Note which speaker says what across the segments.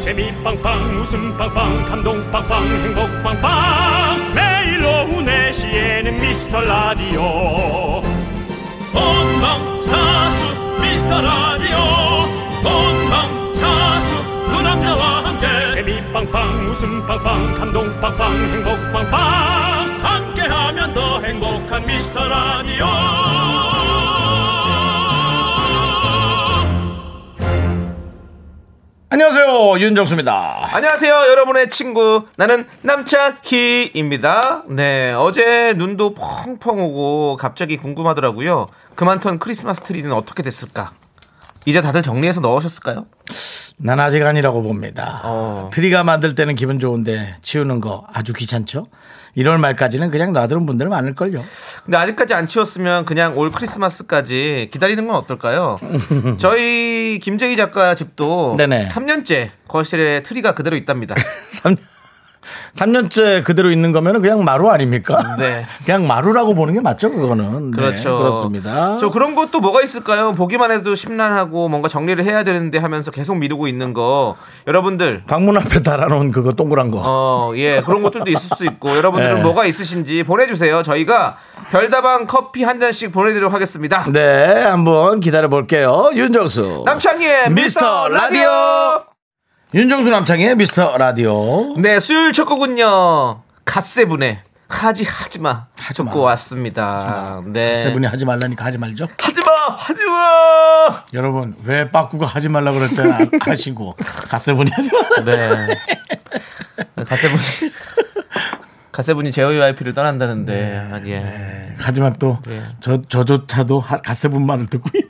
Speaker 1: 재미 빵빵 웃음 빵빵 감동 빵빵 행복 빵빵 매일 오후 4시에는 미스터 라디오 본방사수 미스터 라디오 본방사수 그 남자와 함께 재미 빵빵 웃음 빵빵 감동 빵빵 행복 빵빵 함께하면 더 행복한 미스터 라디오
Speaker 2: 안녕하세요 윤정수입니다.
Speaker 3: 안녕하세요, 여러분의 친구. 나는 남창희입니다. 네, 어제 눈도 펑펑 오고 갑자기 궁금하더라고요. 그만턴 크리스마스 트리는 어떻게 됐을까? 이제 다들 정리해서 넣으셨을까요?
Speaker 2: 난 아직 아니라고 봅니다.
Speaker 3: 어.
Speaker 2: 트리가 만들 때는 기분 좋은데 치우는 거 아주 귀찮죠? 1월 말까지는 그냥 놔두는 분들 많을걸요.
Speaker 3: 근데 아직까지 안 치웠으면 그냥 올 크리스마스까지 기다리는 건 어떨까요? 저희 김재희 작가 집도
Speaker 2: 네네.
Speaker 3: 3년째 거실에 트리가 그대로 있답니다.
Speaker 2: 3, 년째 그대로 있는 거면 그냥 마루 아닙니까?
Speaker 3: 네.
Speaker 2: 그냥 마루라고 보는 게 맞죠, 그거는. 네,
Speaker 3: 그렇죠.
Speaker 2: 그렇습니다.
Speaker 3: 저 그런 것도 뭐가 있을까요? 보기만 해도 심란하고 뭔가 정리를 해야 되는데 하면서 계속 미루고 있는 거 여러분들
Speaker 2: 방문 앞에 달아놓은 그거 동그란 거.
Speaker 3: 어, 예, 그런 것들도 있을 수 있고, 여러분들은
Speaker 2: 네.
Speaker 3: 뭐가 있으신지 보내주세요. 저희가 별다방 커피 한 잔씩 보내드리도록 하겠습니다.
Speaker 2: 네, 한번 기다려볼게요. 윤정수.
Speaker 3: 남창희의 미스터 라디오!
Speaker 2: 윤정수 남창의 미스터 라디오.
Speaker 3: 네, 수요일 첫 곡은요, 갓세븐의 하지, 하지마.
Speaker 2: 하지마.
Speaker 3: 듣고 왔습니다. 네.
Speaker 2: 세 분이 하지 말라니까 하지 말죠.
Speaker 3: 하지마! 하지마!
Speaker 2: 여러분 왜 빠꾸가 하지 말라 그럴 때 아- 하시고 가세분이 하지 말라.
Speaker 3: 네. 갓세븐이. 갓세븐이 JYP를 떠난다는데, 아, 예.
Speaker 2: 네, 하지만 또
Speaker 3: 예.
Speaker 2: 저, 저조차도 하- 가세분만을 듣고 있네.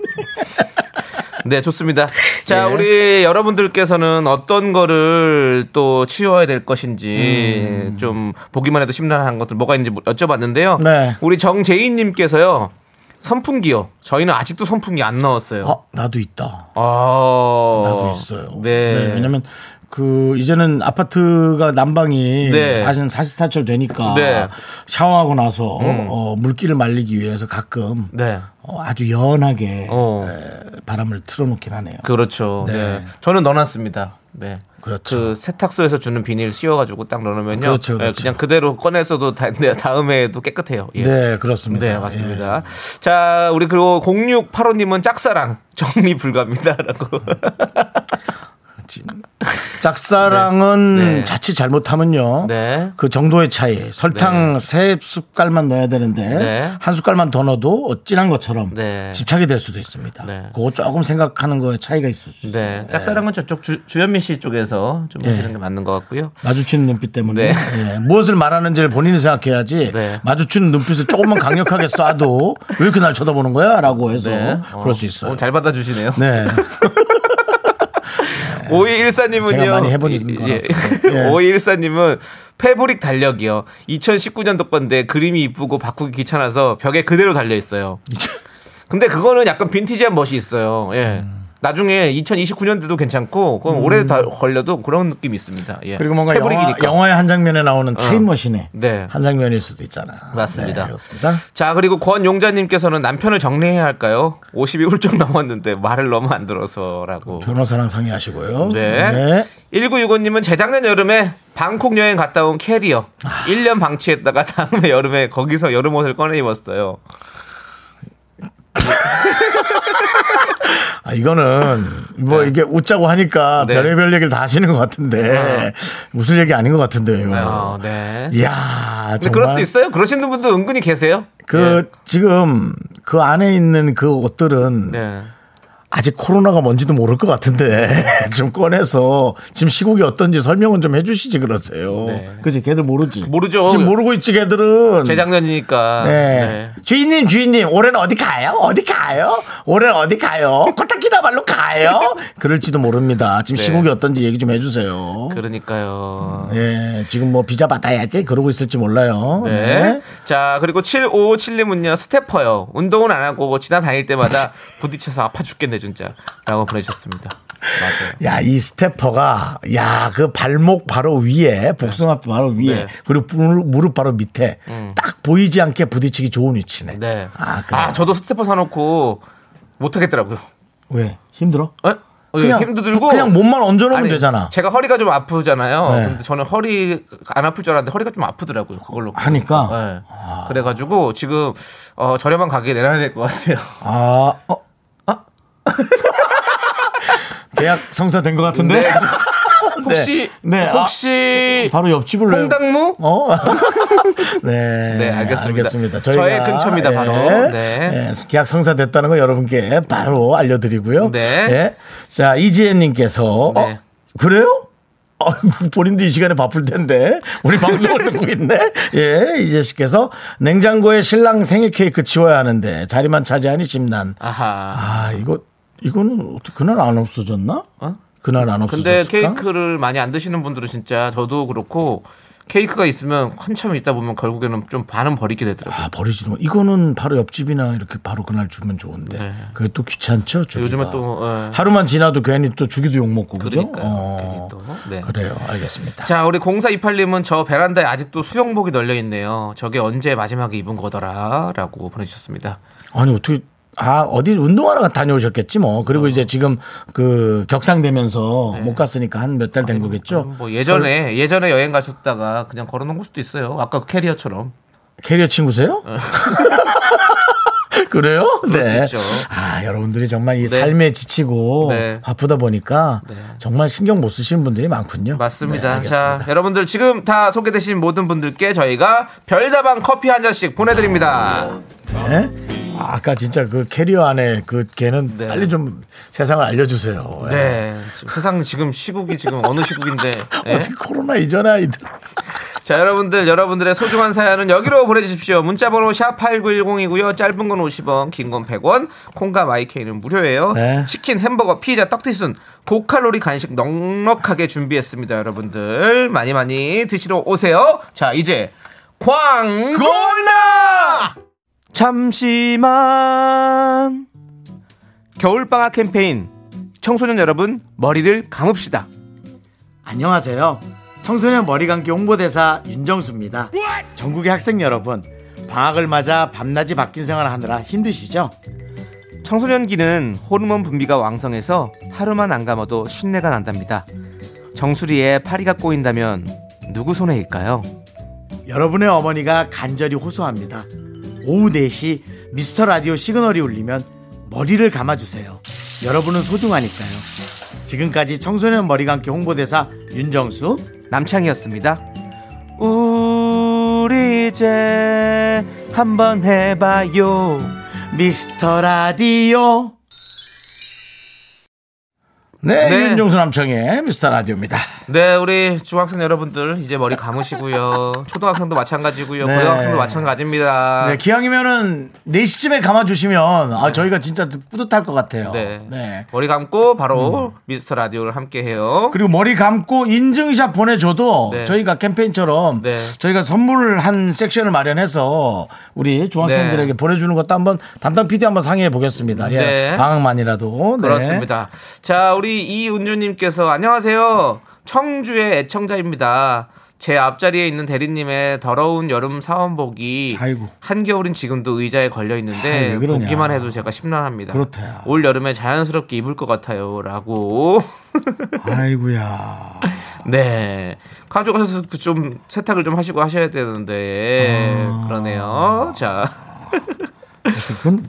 Speaker 3: 네, 좋습니다. 자,
Speaker 2: 예.
Speaker 3: 우리 여러분들께서는 어떤 거를 또 치워야 될 것인지
Speaker 2: 음.
Speaker 3: 좀 보기만 해도 심란한 것들 뭐가 있는지 여쭤봤는데요.
Speaker 2: 네.
Speaker 3: 우리 정재인님께서요. 선풍기요. 저희는 아직도 선풍기 안 넣었어요.
Speaker 2: 어, 나도 있다.
Speaker 3: 아.
Speaker 2: 나도 있어요.
Speaker 3: 네.
Speaker 2: 왜냐면 그 이제는 아파트가 난방이
Speaker 3: 네.
Speaker 2: 사실 44철 되니까
Speaker 3: 네. 음.
Speaker 2: 샤워하고 나서 어, 물기를 말리기 위해서 가끔
Speaker 3: 네.
Speaker 2: 어, 아주 연하게
Speaker 3: 어.
Speaker 2: 에, 바람을 틀어놓긴 하네요.
Speaker 3: 그렇죠. 네.
Speaker 2: 네.
Speaker 3: 저는 넣어놨습니다. 네.
Speaker 2: 그렇죠.
Speaker 3: 그 세탁소에서 주는 비닐 씌워가지고 딱 넣으면요. 네,
Speaker 2: 그렇죠, 그렇죠.
Speaker 3: 그냥 그대로 꺼내서도 다, 네, 다음에도 깨끗해요. 예.
Speaker 2: 네, 그렇습니다.
Speaker 3: 네, 맞습니다. 자, 우리 그리고 0685님은 짝사랑 정리 불가입니다라고.
Speaker 2: 지- 짝사랑은
Speaker 3: 네. 네.
Speaker 2: 자칫 잘못하면요.
Speaker 3: 네.
Speaker 2: 그 정도의 차이. 설탕 세 숟갈만 넣어야 되는데
Speaker 3: 네.
Speaker 2: 한 숟갈만 더 넣어도 진한 것처럼
Speaker 3: 네.
Speaker 2: 집착이 될 수도 있습니다.
Speaker 3: 네.
Speaker 2: 그거 조금 생각하는 거에 차이가 있을 수 있어요.
Speaker 3: 네, 예. 짝사랑은 저쪽 주, 주현민 씨 쪽에서 좀 하시는 게 맞는 것 같고요.
Speaker 2: 네. 마주치는 눈빛 때문에
Speaker 3: 네.
Speaker 2: 예, 무엇을 말하는지를 본인이 생각해야지
Speaker 3: 네.
Speaker 2: 마주치는 눈빛을 조금만 강력하게 쏴도 왜 이렇게 날 쳐다보는 거야? 라고 해서
Speaker 3: 어,
Speaker 2: 그럴 수 있어요.
Speaker 3: 어, 잘 받아주시네요.
Speaker 2: 네.
Speaker 3: 오이일사님은요.
Speaker 2: 예. 제가 많이 해본 거라서. 예.
Speaker 3: 오이일사님은 패브릭 달력이요. 2019년도 건데 그림이 이쁘고 바꾸기 귀찮아서 벽에 그대로 달려 있어요. 근데 그거는 약간 빈티지한 멋이 있어요. 예.
Speaker 2: 음.
Speaker 3: 나중에 2029년대도 괜찮고 그건 오래 다 걸려도 그런 느낌이 있습니다. 예.
Speaker 2: 그리고 뭔가 영화,
Speaker 3: 패브릭이니까. 어.
Speaker 2: 영화의 한 장면에 나오는 타임머신의
Speaker 3: 네.
Speaker 2: 한 장면일 수도 있잖아.
Speaker 3: 맞습니다.
Speaker 2: 네, 그렇습니다.
Speaker 3: 자 그리고 권용자님께서는 남편을 정리해야 할까요? 50이 훌쩍 넘었는데 말을 너무 안 들어서라고.
Speaker 2: 변호사랑 상의하시고요.
Speaker 3: 네. 1965님은 재작년 여름에 방콕 여행 갔다 온 캐리어.
Speaker 2: 아.
Speaker 3: 1년 방치했다가 다음에 여름에 거기서 여름 옷을 꺼내 입었어요.
Speaker 2: 아, 이거는 뭐 이게 웃자고 하니까
Speaker 3: 네.
Speaker 2: 별의별 얘기를 다 하시는 것 같은데 무슨 얘기 아닌 것 같은데 이거.
Speaker 3: 어, 네.
Speaker 2: 이야,
Speaker 3: 근데
Speaker 2: 정말
Speaker 3: 그럴 수 있어요. 그러시는 분도 은근히 계세요.
Speaker 2: 그 지금 그 안에 있는 그 옷들은
Speaker 3: 예. 네.
Speaker 2: 음. 아직 코로나가 뭔지도 모를 것 같은데 좀 꺼내서 지금 시국이 어떤지 설명은 좀 해주시지 그러세요.
Speaker 3: 네.
Speaker 2: 그지 걔들 모르지.
Speaker 3: 모르죠.
Speaker 2: 지금 모르고 있지 걔들은.
Speaker 3: 재작년이니까.
Speaker 2: 네.
Speaker 3: 네.
Speaker 2: 주인님, 주인님, 올해는 어디 가요? 어디 가요? 올해는 어디 가요? 코타키나발로 가요? 그럴지도 모릅니다. 지금
Speaker 3: 네.
Speaker 2: 시국이 어떤지 얘기 좀 해주세요.
Speaker 3: 그러니까요.
Speaker 2: 예, 지금 뭐 비자 받아야지 그러고 있을지 몰라요.
Speaker 3: 네.
Speaker 2: 네.
Speaker 3: 자, 그리고 7557님은요, 스태퍼요. 운동은 안 하고 지나다닐 때마다 부딪혀서 아파 죽겠네, 진짜. 라고 보내주셨습니다. 맞아요.
Speaker 2: 야, 이 스태퍼가, 야, 그 발목 바로 위에, 복숭아 바로 위에,
Speaker 3: 네. 음.
Speaker 2: 그리고 무릎, 무릎 바로 밑에, 딱 보이지 않게 부딪히기 좋은 위치네.
Speaker 3: 네.
Speaker 2: 아,
Speaker 3: 아,
Speaker 2: 그래.
Speaker 3: 저도 스태퍼 사놓고 못하겠더라고요.
Speaker 2: 왜? 힘들어?
Speaker 3: 에? 예,
Speaker 2: 그냥
Speaker 3: 힘도 들고
Speaker 2: 그냥 몸만 얹어놓으면
Speaker 3: 아니,
Speaker 2: 되잖아.
Speaker 3: 제가 허리가 좀 아프잖아요.
Speaker 2: 네.
Speaker 3: 근데 저는 허리 안 아플 줄 알았는데 허리가 좀 아프더라고요. 그걸로.
Speaker 2: 하니까?
Speaker 3: 예.
Speaker 2: 아.
Speaker 3: 그래가지고 지금 어, 저렴한 가게에 내놔야 될 것 같아요.
Speaker 2: 아, 어, 아? 계약 성사된 것 같은데.
Speaker 3: 네. 혹시
Speaker 2: 네, 네, 아.
Speaker 3: 혹시
Speaker 2: 바로 옆집을 내.
Speaker 3: 홍당무?
Speaker 2: 어? 네.
Speaker 3: 네, 알겠습니다.
Speaker 2: 저희
Speaker 3: 저의 근처입니다, 바로. 네.
Speaker 2: 예, 계약 성사됐다는 거 여러분께 바로 알려드리고요. 예.
Speaker 3: 네.
Speaker 2: 자, 이지혜님께서.
Speaker 3: 네.
Speaker 2: 어, 그래요? 어, 본인도 이 시간에 바쁠 텐데 우리 방송을 듣고 있네. 예, 이재 씨께서 냉장고에 신랑 생일 케이크 치워야 하는데 자리만 차지하니 심란.
Speaker 3: 아하.
Speaker 2: 아, 이거 이거는 어떻게 그날 안 없어졌나?
Speaker 3: 어?
Speaker 2: 그날 안
Speaker 3: 근데
Speaker 2: 없어졌을까?
Speaker 3: 케이크를 많이 안 드시는 분들은 진짜 저도 그렇고 케이크가 있으면 한참 있다 보면 결국에는 좀 반은 버리게 되더라고요.
Speaker 2: 아 버리지도 못. 이거는 바로 옆집이나 이렇게 바로 그날 주면 좋은데
Speaker 3: 네.
Speaker 2: 그게 또 귀찮죠. 주기가.
Speaker 3: 요즘에 또 예.
Speaker 2: 하루만 지나도 괜히 또 주기도 욕 먹고 그죠? 어.
Speaker 3: 그러니까요. 괜히 또. 네.
Speaker 2: 그래요. 알겠습니다.
Speaker 3: 자, 우리 0428님은 저 베란다에 아직도 수영복이 널려 있네요. 저게 언제 마지막에 입은 거더라? 라고 보내주셨습니다.
Speaker 2: 아니 어떻게 아 어디 운동하러 다녀오셨겠지 뭐.
Speaker 3: 어.
Speaker 2: 그리고 이제 지금 그 격상되면서 못 갔으니까 한 몇 달 된 거겠죠.
Speaker 3: 네. 뭐 예전에, 예전에 여행 가셨다가 그냥 걸어 놓은 걸 수도 있어요. 아까 그 캐리어처럼.
Speaker 2: 캐리어 친구세요? 그래요?
Speaker 3: 그럴
Speaker 2: 네.
Speaker 3: 수 있죠.
Speaker 2: 아, 여러분들이 정말 이 삶에 지치고
Speaker 3: 네.
Speaker 2: 바쁘다 보니까 정말 신경 못 쓰시는 분들이 많군요.
Speaker 3: 맞습니다.
Speaker 2: 네,
Speaker 3: 자,
Speaker 2: 알겠습니다.
Speaker 3: 여러분들 지금 다 소개되신 모든 분들께 저희가 별다방 커피 한 잔씩 보내드립니다.
Speaker 2: 네? 아, 아까 진짜 그 캐리어 안에 그 걔는
Speaker 3: 네.
Speaker 2: 빨리 좀 세상을 알려주세요. 예.
Speaker 3: 네. 지금 세상 지금 시국이 지금 어느 시국인데. 예?
Speaker 2: 네. 어떻게 코로나 이전 아이들.
Speaker 3: 자 여러분들 여러분들의 소중한 사연은 여기로 보내주십시오 문자번호 샵8910이고요 짧은 건 50원 긴 건 100원 콩과 마이케이는 무료예요
Speaker 2: 네.
Speaker 3: 치킨 햄버거 피자 떡티순 고칼로리 간식 넉넉하게 준비했습니다 여러분들 많이 많이 드시러 오세요 자 이제 광고나 잠시만 겨울방학 캠페인 청소년 여러분 머리를 감읍시다
Speaker 4: 안녕하세요. 청소년 머리 감기 홍보대사 윤정수입니다. 전국의 학생 여러분, 방학을 맞아 밤낮이 바뀐 생활을 하느라 힘드시죠?
Speaker 3: 청소년기는 호르몬 분비가 왕성해서 하루만 안 감아도 신내가 난답니다. 정수리에 파리가 꼬인다면 누구 손해일까요?
Speaker 4: 여러분의 어머니가 간절히 호소합니다. 오후 4시 미스터 라디오 시그널이 울리면 머리를 감아주세요. 여러분은 소중하니까요. 지금까지 청소년 머리 감기 홍보대사 윤정수
Speaker 3: 남창이었습니다. 우리 이제 한번 해봐요.
Speaker 4: 미스터 라디오
Speaker 2: 네,
Speaker 3: 네.
Speaker 2: 윤종수 남청의 미스터 라디오입니다.
Speaker 3: 네, 우리 중학생 여러분들 이제 머리 감으시고요. 초등학생도 마찬가지고요.
Speaker 2: 네.
Speaker 3: 고등학생도 마찬가지입니다.
Speaker 2: 네, 기왕이면은 4시쯤에 감아주시면 아, 저희가 진짜 뿌듯할 것 같아요.
Speaker 3: 네.
Speaker 2: 네.
Speaker 3: 머리 감고 바로 미스터 라디오를 함께 해요.
Speaker 2: 그리고 머리 감고 인증샷 보내줘도
Speaker 3: 네.
Speaker 2: 저희가 캠페인처럼
Speaker 3: 네.
Speaker 2: 저희가 선물을 한 섹션을 마련해서 우리 중학생들에게
Speaker 3: 네.
Speaker 2: 보내주는 것도 한번 담당 PD 한번 상의해 보겠습니다. 예.
Speaker 3: 네.
Speaker 2: 방학만이라도. 네.
Speaker 3: 그렇습니다. 자, 우리 이은주님께서 안녕하세요. 청주의 애청자입니다. 제 앞자리에 있는 대리님의 더러운 여름 사원복이
Speaker 2: 아이고.
Speaker 3: 한겨울인 지금도 의자에 걸려
Speaker 2: 아이,
Speaker 3: 있는데
Speaker 2: 왜 그러냐.
Speaker 3: 보기만 해도 제가 심란합니다.
Speaker 2: 그렇다.
Speaker 3: 올 여름에 자연스럽게 입을 것 같아요라고.
Speaker 2: 아이고야.
Speaker 3: 네. 가져가셔서 그좀 세탁을 좀 하시고 하셔야 되는데
Speaker 2: 아.
Speaker 3: 그러네요. 자,
Speaker 2: 그건
Speaker 3: 음.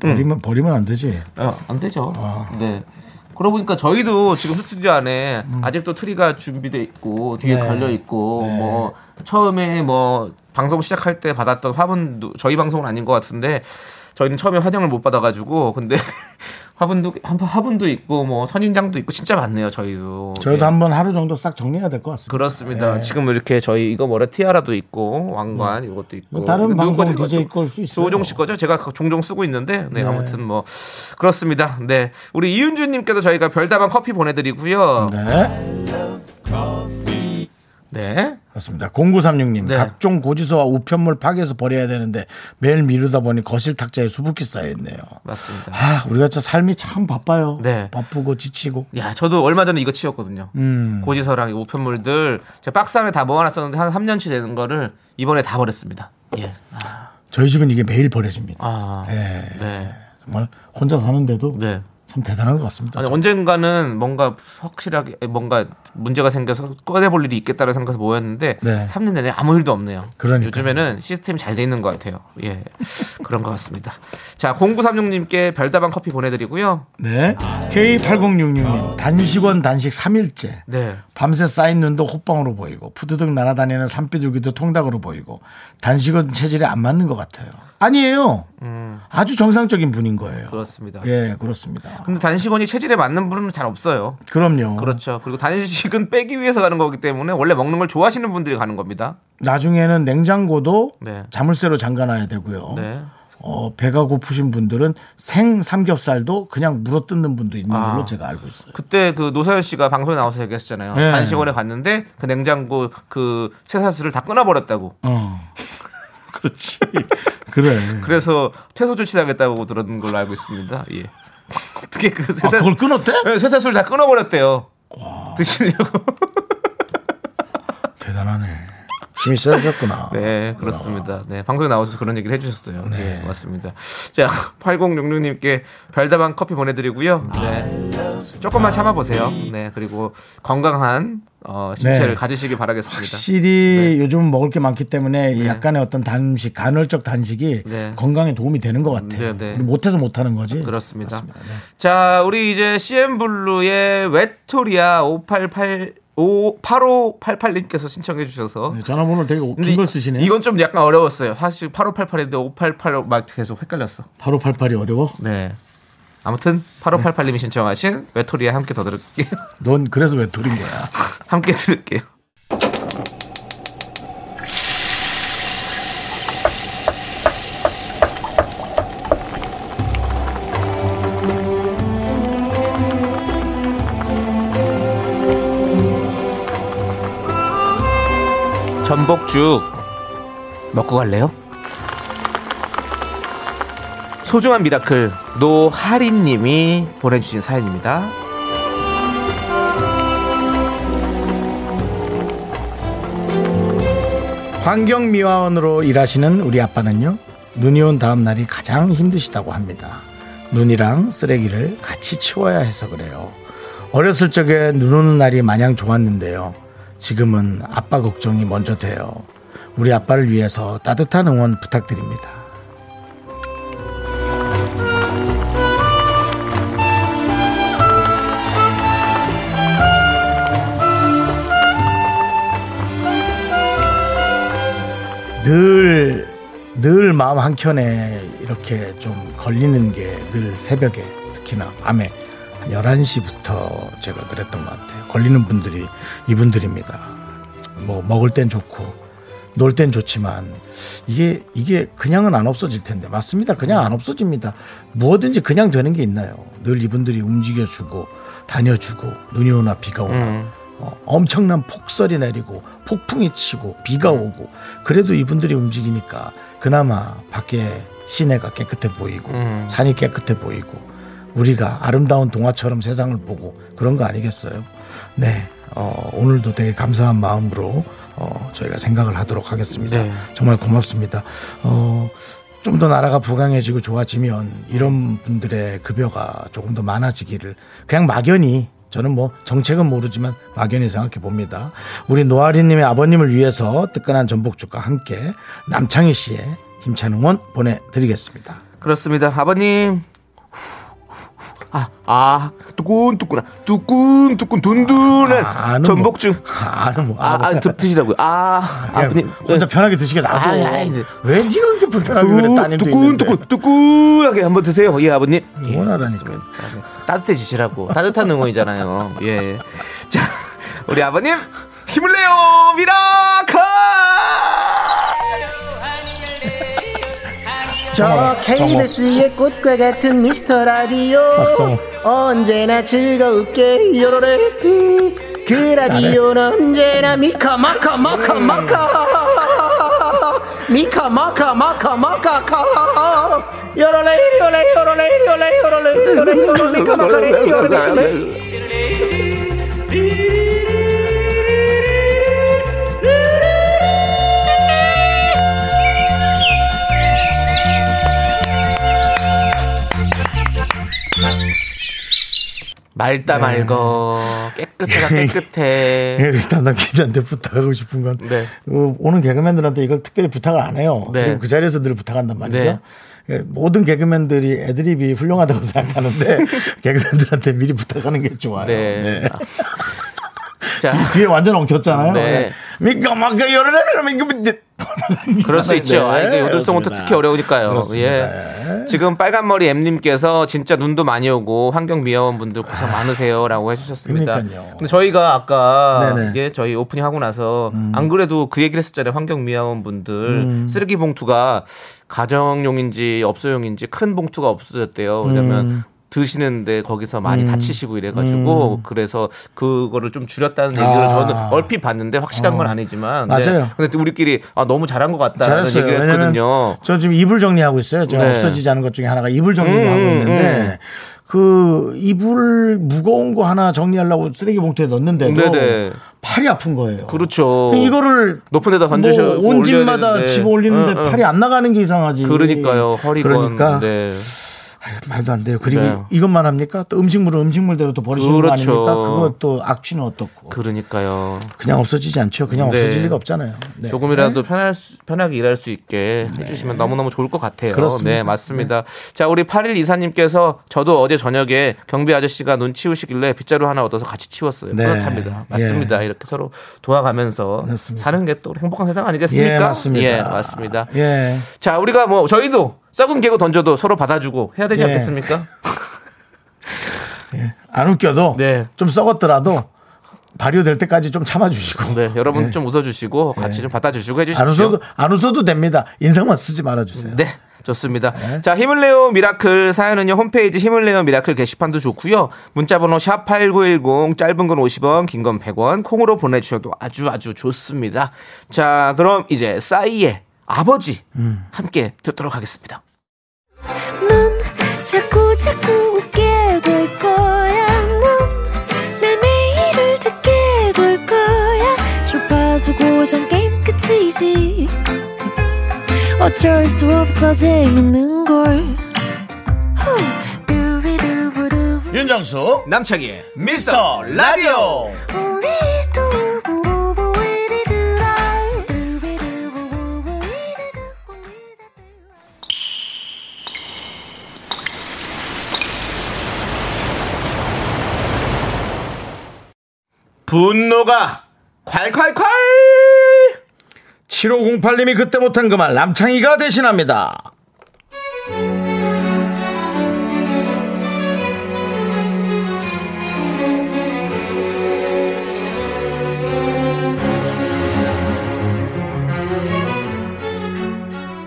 Speaker 2: 버리면, 버리면 안 되지.
Speaker 3: 어, 안 되죠. 네. 그러고 보니까 저희도 지금 스튜디오 안에 아직도 트리가 준비돼 있고 뒤에
Speaker 2: 음. 네.
Speaker 3: 걸려 있고 뭐 처음에 뭐 방송 시작할 때 받았던 화분도 저희 방송은 아닌 것 같은데 저희는 처음에 환영을 못 받아가지고 근데 화분도 한- 화분도 있고 뭐 선인장도 있고 진짜 많네요 저희도.
Speaker 2: 저희도
Speaker 3: 예.
Speaker 2: 한번 하루 정도 싹 정리해야 될 것 같습니다. 예.
Speaker 3: 그렇습니다. 지금 이렇게 저희 이거 뭐라 티아라도 있고 왕관 이것도 있고
Speaker 2: 다른
Speaker 3: 누구
Speaker 2: 방송
Speaker 3: 거죠?
Speaker 2: DJ 걸수 있어요.
Speaker 3: 조종 씨 거죠? 제가 그거 종종 쓰고 있는데 네, 아무튼 뭐 그렇습니다. 네 우리 이윤주님께도 저희가 별다방 커피 보내드리고요.
Speaker 2: 네.
Speaker 3: 네.
Speaker 2: 그렇습니다. 0936님.
Speaker 3: 네.
Speaker 2: 각종 고지서와 우편물 파괴해서 버려야 되는데 매일 미루다 보니 거실 탁자에 수북히 쌓여있네요.
Speaker 3: 맞습니다.
Speaker 2: 아, 우리가 진짜 삶이 참 바빠요.
Speaker 3: 네.
Speaker 2: 바쁘고 지치고.
Speaker 3: 야, 저도 얼마 전에 이거 치웠거든요.
Speaker 2: 음.
Speaker 3: 고지서랑 이 우편물들 제가 박스 안에 다 모아놨었는데 한 3년치 되는 거를 이번에 다 버렸습니다. 예.
Speaker 2: 저희 집은 이게 매일 버려집니다.
Speaker 3: 아,
Speaker 2: 예.
Speaker 3: 네,
Speaker 2: 정말 혼자 사는데도
Speaker 3: 네.
Speaker 2: 참 대단한 것 같습니다.
Speaker 3: 아니 어- 언젠가는 뭔가 확실하게 뭔가 문제가 생겨서 꺼내볼 일이 있겠다는 생각해서 모였는데
Speaker 2: 네.
Speaker 3: 3년 내내 아무 일도 없네요.
Speaker 2: 그러니까요.
Speaker 3: 요즘에는 시스템이 잘 돼 있는 것 같아요. 예, 그런 것 같습니다. 자, 0936님께 별다방 커피 보내드리고요.
Speaker 2: 네. K8066님, 단식원 단식 3일째.
Speaker 3: 네,
Speaker 2: 밤새 쌓인 눈도 호빵으로 보이고, 푸드득 날아다니는 산비둘기도 통닭으로 보이고, 단식원 체질에 안 맞는 것 같아요. 아니에요. 아주 정상적인 분인 거예요.
Speaker 3: 음, 그렇습니다.
Speaker 2: 예, 그렇습니다.
Speaker 3: 근데 단식원이 체질에 맞는 분은 잘 없어요.
Speaker 2: 그럼요.
Speaker 3: 그렇죠. 그리고 단식은 빼기 위해서 가는 거기 때문에 원래 먹는 걸 좋아하시는 분들이 가는 겁니다.
Speaker 2: 나중에는 냉장고도
Speaker 3: 네.
Speaker 2: 자물쇠로 잠가놔야 되고요.
Speaker 3: 네.
Speaker 2: 어, 배가 고프신 분들은 생 삼겹살도 그냥 물어 뜯는 분도 있는
Speaker 3: 아.
Speaker 2: 걸로 제가 알고 있어요.
Speaker 3: 그때 그 노사연 씨가 방송에 나와서 얘기했잖아요.
Speaker 2: 네.
Speaker 3: 단식원에 갔는데 그 냉장고 그 쇠사슬을 다 끊어버렸다고.
Speaker 2: 어. 그렇지. 그래.
Speaker 3: 그래서 채소 조치하겠다고 들은 걸로 알고 있습니다. 예. 어떻게 그
Speaker 2: 아,
Speaker 3: 쇠사슬
Speaker 2: 그걸 끊었대?
Speaker 3: 예, 쇠사슬 다 끊어버렸대요. 드시려고.
Speaker 2: 대단하네. 힘이 세졌구나.
Speaker 3: 네, 그렇습니다. 네, 방송에 나와서 그런 얘기를 해주셨어요. 네, 맞습니다. 자, 8066님께 별다방 커피 보내드리고요. 네, 조금만 참아보세요. 네, 그리고 건강한 어, 신체를
Speaker 2: 네.
Speaker 3: 가지시길 바라겠습니다.
Speaker 2: 확실히 요즘 먹을 게 많기 때문에 이 약간의 어떤 단식, 간헐적 단식이
Speaker 3: 네.
Speaker 2: 건강에 도움이 되는 것 같아요.
Speaker 3: 네, 네.
Speaker 2: 우리 못해서 못하는 거지.
Speaker 3: 그렇습니다.
Speaker 2: 맞습니다. 네.
Speaker 3: 자, 우리 이제 CM블루의 웨토리아 588 8588님께서 신청해 주셔서
Speaker 2: 네, 전화번호 되게 긴 걸 쓰시네.
Speaker 3: 이건 좀 약간 어려웠어요. 사실 8588인데 588막 계속 헷갈렸어.
Speaker 2: 8588이 어려워?
Speaker 3: 네. 아무튼
Speaker 2: 네.
Speaker 3: 8588님이 신청하신 외톨이와 함께 더 들을게요.
Speaker 2: 넌 그래서 왜 돌인 거야?
Speaker 3: 함께 들을게요. 전복죽 먹고 갈래요? 소중한 미라클 노하리님이 보내주신 사연입니다.
Speaker 2: 환경미화원으로 일하시는 우리 아빠는요 눈이 온 다음 날이 가장 힘드시다고 합니다 눈이랑 쓰레기를 같이 치워야 해서 그래요 어렸을 적에 눈 오는 날이 마냥 좋았는데요 지금은 아빠 걱정이 먼저 돼요 우리 아빠를 위해서 따뜻한 응원 부탁드립니다 늘, 늘 마음 한켠에 이렇게 좀 걸리는 게 늘 새벽에 특히나 밤에 한 11시부터 제가 그랬던 것 같아요. 걸리는 분들이 이분들입니다. 뭐 먹을 땐 좋고 놀 땐 좋지만 이게 이게 그냥은 안 없어질 텐데 맞습니다. 그냥 안 없어집니다. 무엇든지 그냥 되는 게 있나요? 늘 이분들이 움직여주고 다녀주고 눈이 오나 비가 오나
Speaker 3: 음.
Speaker 2: 어, 엄청난 폭설이 내리고 폭풍이 치고 비가 오고 그래도 이분들이 움직이니까 그나마 밖에 시내가 깨끗해 보이고 산이 깨끗해 보이고 우리가 아름다운 동화처럼 세상을 보고 그런 거 아니겠어요? 네, 어, 오늘도 되게 감사한 마음으로 어, 저희가 생각을 하도록 하겠습니다. 정말 고맙습니다. 어, 좀 더 나라가 부강해지고 좋아지면 이런 분들의 급여가 조금 더 많아지기를 그냥 막연히 저는 뭐 정책은 모르지만 막연히 생각해 봅니다. 우리 노아리님의 아버님을 위해서 뜨끈한 전복죽과 함께 남창희 씨의 힘찬 응원 보내드리겠습니다.
Speaker 3: 그렇습니다. 아버님. 아, 아, 뚜끈뚜끈한, 뚜끈뚜끈 둔둔한
Speaker 2: 아는 뭐-
Speaker 3: 전복죽.
Speaker 2: 아는 뭐,
Speaker 3: 아,
Speaker 2: 아는
Speaker 3: 아,
Speaker 2: 뭐.
Speaker 3: 드- 드시라고요. 아,
Speaker 2: 그냥
Speaker 3: 아버님.
Speaker 2: 예, 혼자 편하게 드시게 놔둬.
Speaker 3: 아니, 아니, 네.
Speaker 2: 왜 네가 그렇게 불편하게 그래 따님도
Speaker 3: 뚜끈,
Speaker 2: 있는데.
Speaker 3: 뚜끈, 뚜끈하게 한번 드세요. 예, 아버님. 예,
Speaker 2: 원하라니까.
Speaker 3: 그렇습니다. 네. 따뜻해지시라고. 따뜻한 응원이잖아요. 예, 예. 자, 우리 아버님, 힘을 내요! 미라카!
Speaker 2: 성호,
Speaker 3: 예,
Speaker 5: 저 어, KBS의 꽃과 같은 미스터 라디오
Speaker 2: 박성호.
Speaker 5: 언제나 즐거울게 요로레티 그 라디오는 언제나 미카마카마카마카 미카마카마카마카카 요로레 요로레 요로레 요로레 요로레 요로레 요로레 미카마카레 요로레 요로레
Speaker 3: 맑다 맑어 깨끗해가 깨끗해
Speaker 2: 예, 담당 기자한테 부탁하고 싶은 건
Speaker 3: 네.
Speaker 2: 어, 오는 개그맨들한테 이걸 특별히 부탁을 안 해요.
Speaker 3: 네.
Speaker 2: 그리고 그 자리에서 늘 부탁한단 말이죠.
Speaker 3: 네.
Speaker 2: 예, 모든 개그맨들이 애드립이 훌륭하다고 생각하는데 개그맨들한테 미리 부탁하는 게 좋아요.
Speaker 3: 네.
Speaker 2: 네.
Speaker 3: 자
Speaker 2: 뒤- 뒤에 완전 엉켰잖아요.
Speaker 3: 네.
Speaker 2: 네. 민가 막가 여러 날이라 네, 민가 민데.
Speaker 3: 그럴 수 있죠. 아, 이게 요들성부터 특히 어려우니까요.
Speaker 2: 그렇습니다.
Speaker 3: 예. 지금 빨간머리 M님께서 진짜 눈도 많이 오고 환경미화원분들 고생 많으세요라고 해주셨습니다.
Speaker 2: 아, 그러니까요.
Speaker 3: 근데 저희가 아까
Speaker 2: 네네. 음.
Speaker 3: 이게 저희 오프닝 하고 나서 안 그래도 그 얘기를 했었잖아요. 환경미화원분들 쓰레기 봉투가 가정용인지 업소용인지 큰 봉투가 없어졌대요. 왜냐면
Speaker 2: 음.
Speaker 3: 드시는데 거기서 많이 다치시고 이래가지고 그래서 그거를 좀 줄였다는 얘기를
Speaker 2: 아.
Speaker 3: 저는 얼핏 봤는데 확실한 건 아니지만 네.
Speaker 2: 어. 맞아요.
Speaker 3: 근데 우리끼리 아, 너무 잘한 것 같다라는
Speaker 2: 잘했어요.
Speaker 3: 얘기를
Speaker 2: 왜냐면
Speaker 3: 했거든요.
Speaker 2: 저 지금 이불 정리하고 있어요. 제가
Speaker 3: 네. 음,
Speaker 2: 없어지지 않은 것 중에 하나가 이불 정리를 하고 있는데 그 이불 무거운 거 하나 정리하려고 쓰레기 봉투에 넣는데도
Speaker 3: 네네.
Speaker 2: 팔이 아픈 거예요.
Speaker 3: 그렇죠.
Speaker 2: 이거를
Speaker 3: 높은 데다 던지셔-
Speaker 2: 뭐온
Speaker 3: 올려야
Speaker 2: 집마다
Speaker 3: 되는데.
Speaker 2: 집어 올리는데
Speaker 3: 응, 응.
Speaker 2: 팔이 안 나가는 게 이상하지.
Speaker 3: 그러니까요. 허리건.
Speaker 2: 그러니까
Speaker 3: 네.
Speaker 2: 말도 안 돼요. 그리고
Speaker 3: 네.
Speaker 2: 이것만 합니까? 또 음식물은 음식물대로 또 버리시는
Speaker 3: 그렇죠.
Speaker 2: 거 아닙니까? 그것도 악취는 어떻고
Speaker 3: 그러니까요.
Speaker 2: 그냥 없어지지 않죠. 그냥
Speaker 3: 네.
Speaker 2: 없어질 리가 없잖아요. 네.
Speaker 3: 조금이라도 편할 수- 편하게 일할 수 있게 해주시면 너무너무 좋을 것 같아요.
Speaker 2: 그렇습니다.
Speaker 3: 네, 맞습니다. 자, 우리 8일 이사님께서 저도 어제 저녁에 경비 아저씨가 눈 치우시길래 빗자루 하나 얻어서 같이 치웠어요.
Speaker 2: 네.
Speaker 3: 뿌듯합니다. 맞습니다. 이렇게 서로 도와가면서
Speaker 2: 맞습니다.
Speaker 3: 사는 게 또 행복한 세상 아니겠습니까?
Speaker 2: 예, 맞습니다.
Speaker 3: 예, 맞습니다.
Speaker 2: 예.
Speaker 3: 자, 우리가 뭐 저희도 썩은 개고 던져도 서로 받아주고 해야 되지
Speaker 2: 예.
Speaker 3: 않겠습니까?
Speaker 2: 안 웃겨도
Speaker 3: 네.
Speaker 2: 좀 썩었더라도 발효될 때까지 좀 참아주시고
Speaker 3: 네, 여러분 좀 웃어주시고 같이 좀 받아주시고 해주십시오.
Speaker 2: 네. 안 웃어도 안 웃어도 됩니다. 인상만 쓰지 말아주세요.
Speaker 3: 네. 좋습니다. 자, 힘을 내요 미라클 사연은요. 홈페이지 힘을 내요 미라클 게시판도 좋고요. 문자 번호 샵8910 짧은 건 50원, 긴 건 100원. 콩으로 보내 주셔도 아주 아주 좋습니다. 자, 그럼 이제 싸이의 아버지
Speaker 2: 음.
Speaker 3: 함께 듣도록 하겠습니다.
Speaker 6: 넌 자꾸 자꾸 웃게 될 거야. 넌내 매일을 듣게 될 거야. 주파수 고정 게임 끝이지. 어쩔 수 없어 재밌는 걸. 후. 두비두부두.
Speaker 4: 윤정수
Speaker 3: 남창희의
Speaker 4: 미스터 라디오
Speaker 6: 우리 두부부부 우리 두라. 두비두부부부 우리 두부 우리 두부.
Speaker 3: 분노가 콸콸콸!
Speaker 2: 7508님이 그때 못한 그 말 남창희가 대신합니다.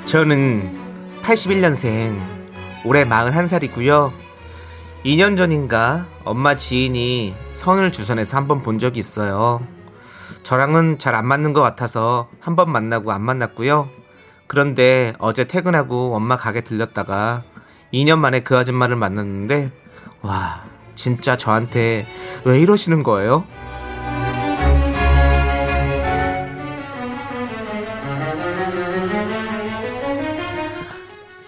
Speaker 3: 저는 81년생 올해 41살이고요. 2년 전인가 엄마 지인이 선을 주선해서 한 번 본 적이 있어요. 저랑은 잘 안 맞는 것 같아서 한 번 만나고 안 만났고요. 그런데 어제 퇴근하고 엄마 가게 들렸다가 2년 만에 그 아줌마를 만났는데 와 진짜 저한테 왜 이러시는 거예요?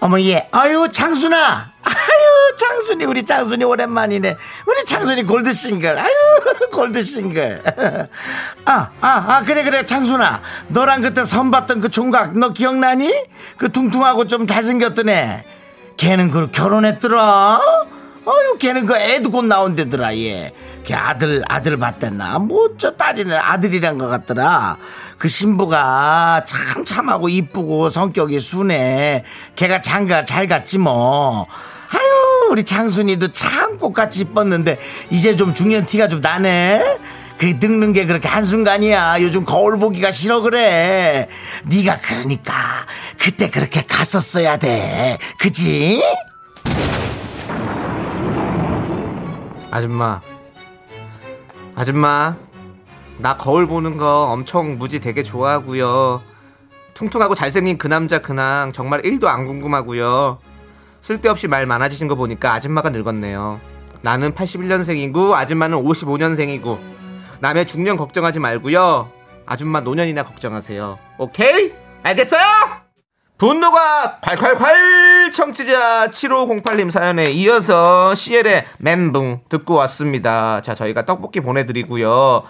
Speaker 4: 어머 예 아유 창순아 아유 창순이 우리 창순이 오랜만이네 우리 창순이 골드싱글 아유 골드싱글 아 아 아 그래 그래 창순아 너랑 그때 선 봤던 그 총각 너 기억나니 그 퉁퉁하고 좀 잘생겼던 애 걔는 그 결혼했더라 아유 걔는 그 애도 곧 나온대더라 얘걔 아들 아들 봤댔나 뭐 저 딸이는 아들이란 것 같더라 그 신부가 참 참하고 이쁘고 성격이 순해 걔가 장가 잘 갔지 뭐 아유 우리 장순이도 참 꽃같이 이뻤는데 이제 좀 중년 티가 좀 나네 그 늙는 게 그렇게 한순간이야 요즘 거울 보기가 싫어 그래 네가 그러니까 그때 그렇게 갔었어야 돼 그지?
Speaker 3: 아줌마 아줌마 나 거울 보는 거 엄청 무지 되게 좋아하고요 퉁퉁하고 잘생긴 그 남자 그냥 정말 1도 안 궁금하고요 쓸데없이 말 많아지신 거 보니까 아줌마가 늙었네요 나는 81년생이고 아줌마는 55년생이고 남의 중년 걱정하지 말고요 아줌마 노년이나 걱정하세요 오케이 알겠어요 분노가 콸콸콸 청취자 7508님 사연에 이어서 CL의 멘붕 듣고 왔습니다. 자, 저희가 떡볶이 보내드리고요.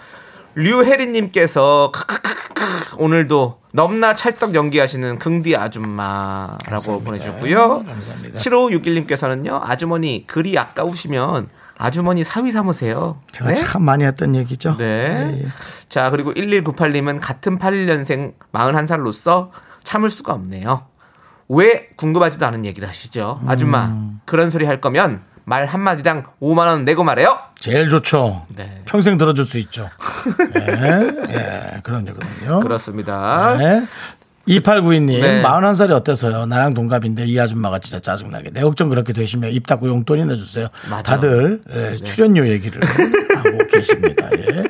Speaker 3: 류혜리님께서 크크크크크 오늘도 넘나 찰떡 연기하시는 긍디 아줌마라고 보내주셨고요. 7561님께서는요, 아주머니 글이 아까우시면 아주머니 사위 삼으세요.
Speaker 2: 제가
Speaker 3: 네?
Speaker 2: 참 많이 했던 얘기죠.
Speaker 3: 네. 자, 그리고 1198님은 같은 81년생 41살로서 참을 수가 없네요. 왜 궁금하지도 않은 얘기를 하시죠? 아줌마,
Speaker 2: 음.
Speaker 3: 그런 소리 할 거면 말 한마디당 5만원 내고 말해요!
Speaker 2: 제일 좋죠.
Speaker 3: 네.
Speaker 2: 평생 들어줄 수 있죠. 네. 예, 예, 그럼요, 그럼요.
Speaker 3: 그렇습니다.
Speaker 2: 네. 2892님,
Speaker 3: 네.
Speaker 2: 41살이 어때서요? 나랑 동갑인데 이 아줌마가 진짜 짜증나게. 내 걱정 그렇게 되시면 입 닫고 용돈이 내주세요.
Speaker 3: 맞아.
Speaker 2: 다들 예,
Speaker 3: 네.
Speaker 2: 출연료 얘기를 하고 계십니다. 예.